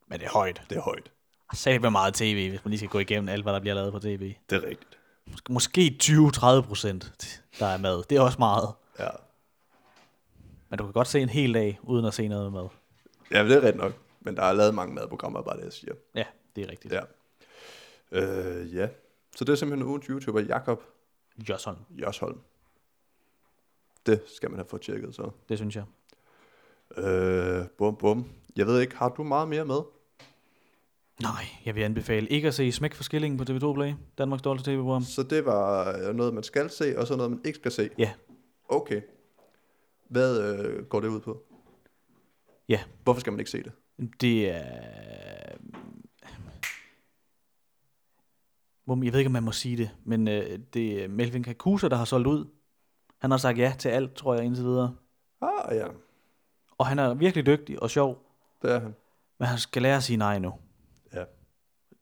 B: men det er højt.
A: Det er højt.
B: Sæt hvor meget tv, hvis man lige skal gå igennem alt, hvad der bliver lavet på tv.
A: Det er rigtigt.
B: Mås- Måske 20-30 procent, der er mad. Det er også meget.
A: Ja.
B: Men du kan godt se en hel dag, uden at se noget med mad.
A: ja, det er rigtigt nok. Men der er lavet mange madprogrammer, bare det jeg siger.
B: Ja, det er rigtigt. Ja.
A: Ja. Øh, ja. Så det er simpelthen ugens YouTuber, Jakob
B: Jørsholm,
A: Jørsholm. Det skal man have fået tjekket så.
B: det synes jeg.
A: Øh, bum bum. Jeg ved ikke, har du meget mere med?
B: Nej, jeg vil anbefale ikke at se Smæk for Skillingen på TV2 Play, Danmarks dårligste tv-program.
A: Så det var øh, noget, man skal se, og så noget, man ikke skal se.
B: Ja,
A: Okay. Hvad øh, går det ud på?
B: ja,
A: Hvorfor skal man ikke se det?
B: det er... Hvor- Jeg ved ikke, om man må sige det, men øh, det er Melvin Kakusa, der har solgt ud. Han har sagt ja til alt, tror jeg, indtil videre.
A: Ah ja,
B: Og han er virkelig dygtig og sjov,
A: det er han.
B: men han skal lære at sige nej nu.
A: Ja.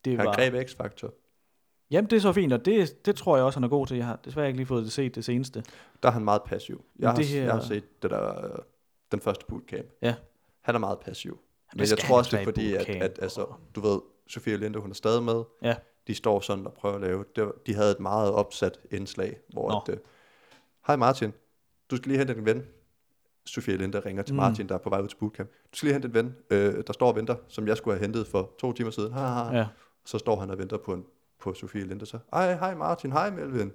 B: Det
A: Han
B: var...
A: greb X-Factor.
B: Jamen, det er så fint, og det, det tror jeg også, han er god til. Jeg har desværre ikke lige fået det set det seneste.
A: Der er han meget passiv. Jeg,
B: Men
A: har,
B: det
A: her...
B: her-
A: jeg har set det der, øh, den første bootcamp.
B: Ja.
A: Han er meget passiv.
B: det
A: Men jeg
B: skal
A: tror
B: han
A: også, det er
B: også være i
A: fordi, at,
B: bootcamp,
A: at altså,
B: og-
A: du ved, Sofie Linde, hun er stadig med.
B: Ja,
A: de står sådan og prøver at lave. Det var, de havde et meget opsat indslag, hvor
B: Nå.
A: at, øh, hej Martin, du skal lige hente en ven. Sofia Linda ringer
B: Mm.
A: til Martin, der er på vej ud til bootcamp. Du skal lige hente en ven, øh, der står og venter, som jeg skulle have hentet for to timer siden. Ha, ha, ha.
B: ja.
A: Så står han og venter på, en, på Sofia Linda. Så, ej, hej Martin, hej Melvin.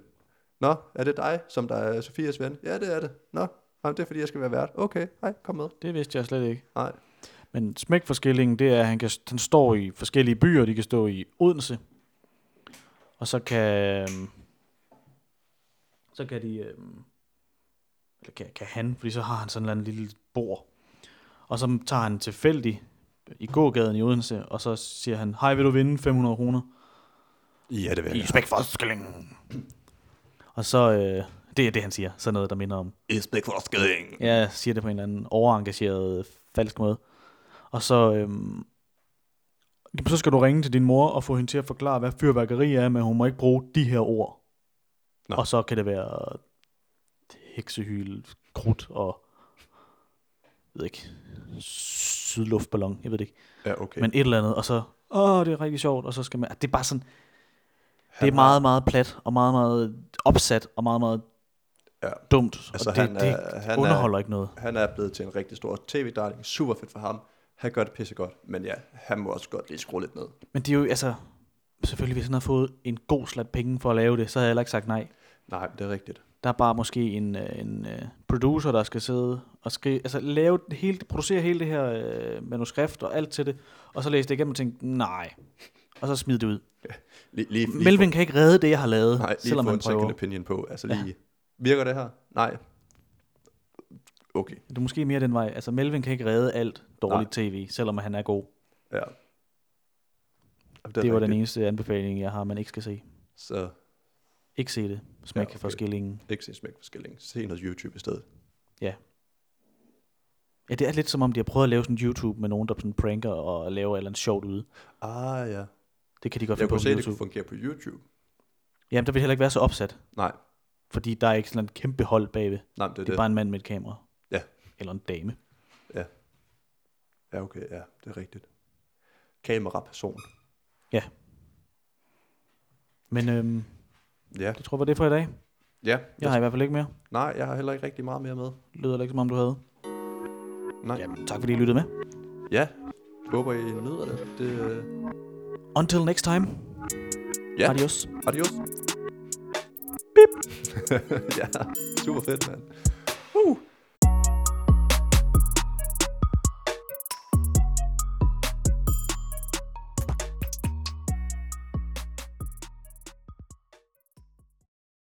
A: Nå, er det dig, som der er Sofias ven? Ja, det er det. Nå, jamen, det er fordi, jeg skal være vært. Okay, hej, kom med.
B: Det vidste jeg slet ikke.
A: Nej,
B: Men smæk for skillingen, det er, at han, kan, han står i forskellige byer. De kan stå i Odense. Og så kan... øhm, Så kan de... øhm, Eller kan, kan han, fordi så har han sådan en eller anden lille bord. Og så tager han tilfældig i gågaden i Odense, og så siger han, hej, vil du vinde 500 kroner?
A: ja, det vil
B: I smæk for skillingen. Og så... Øh, det er det, han siger. Sådan noget, der minder om
A: I spæk for skæding.
B: jeg siger det på en eller anden overengageret, øh, falsk måde. Og så, øhm, jamen, så skal du ringe til din mor og få hende til at forklare, hvad fyrværkeri er, men hun må ikke bruge de her ord.
A: Nå.
B: Nå. Og så kan det være heksehyl, krudt og jeg ved ikke, sydluftballon, jeg ved det ikke.
A: Ja, okay.
B: Men et eller andet, og så, åh, det er rigtig sjovt, og så skal man, det er bare sådan, det
A: Han
B: er
A: har-
B: meget, meget plat, og meget, meget opsat, og meget, meget
A: Ja.
B: dumt,
A: Altså,
B: og det,
A: han er-
B: det
A: han er-
B: underholder ikke noget.
A: Han er blevet til en rigtig stor tv-darling. Super fedt for ham. Han gør det pissegodt. Men ja, han må også godt lige skrue lidt ned.
B: Men det er jo, altså, selvfølgelig hvis han har fået en god slat penge for at lave det, så havde jeg heller ikke sagt nej.
A: Nej, det er rigtigt.
B: Der er bare måske en, øh, en øh, producer, der skal sidde og skrive, altså lave det hele, producere hele det her øh, manuskript og alt til det, og så læse det igennem og tænke, nej, og så smide det ud.
A: Lige, lige, lige
B: Melvin kan ikke redde det, jeg har lavet,
A: få, nej, lige
B: selvom
A: få
B: han
A: en second
B: prøver.
A: opinion på. Altså lige, ja. virker det her? Nej. Okay,
B: Det er måske mere den vej. Altså, Melvin kan ikke redde alt dårligt tv, selvom han er god.
A: ja. Jamen,
B: Det, det var den eneste anbefaling, jeg har, man ikke skal se.
A: Så
B: Ikke se det. Smæk ja,
A: Ja,
B: okay. for
A: okay.
B: skillingen.
A: ikke se smæk forskelling. Se noget YouTube i stedet.
B: Ja, det er lidt som om, de har prøvet at lave sådan YouTube med nogen, der sådan pranker og laver et eller andet sjovt ude.
A: Ah ja.
B: Det kan de godt
A: Jeg
B: finde på
A: kunne
B: på
A: se, at det kunne
B: YouTube.
A: fungere på YouTube.
B: Jamen, der vil heller ikke være så opsat.
A: Nej.
B: Fordi der er ikke sådan en kæmpe hold bagved. Det,
A: Nej, men det er
B: det er
A: det.
B: bare en mand med et kamera.
A: Ja.
B: Eller en dame.
A: Ja, okay, ja, det er rigtigt. Kameraperson.
B: Men øhm,
A: Ja,
B: det tror jeg var det for i dag.
A: ja.
B: Jeg har i hvert fald ikke mere.
A: Nej, jeg har heller ikke rigtig meget mere med.
B: Lyder da ikke, som om du havde.
A: Nej.
B: Jamen, tak fordi I lyttede med.
A: Ja, håber I nyder det. det øh,
B: Until next time.
A: ja,
B: Adios.
A: [LAUGHS] adios. Bip. ja, super fedt, mand.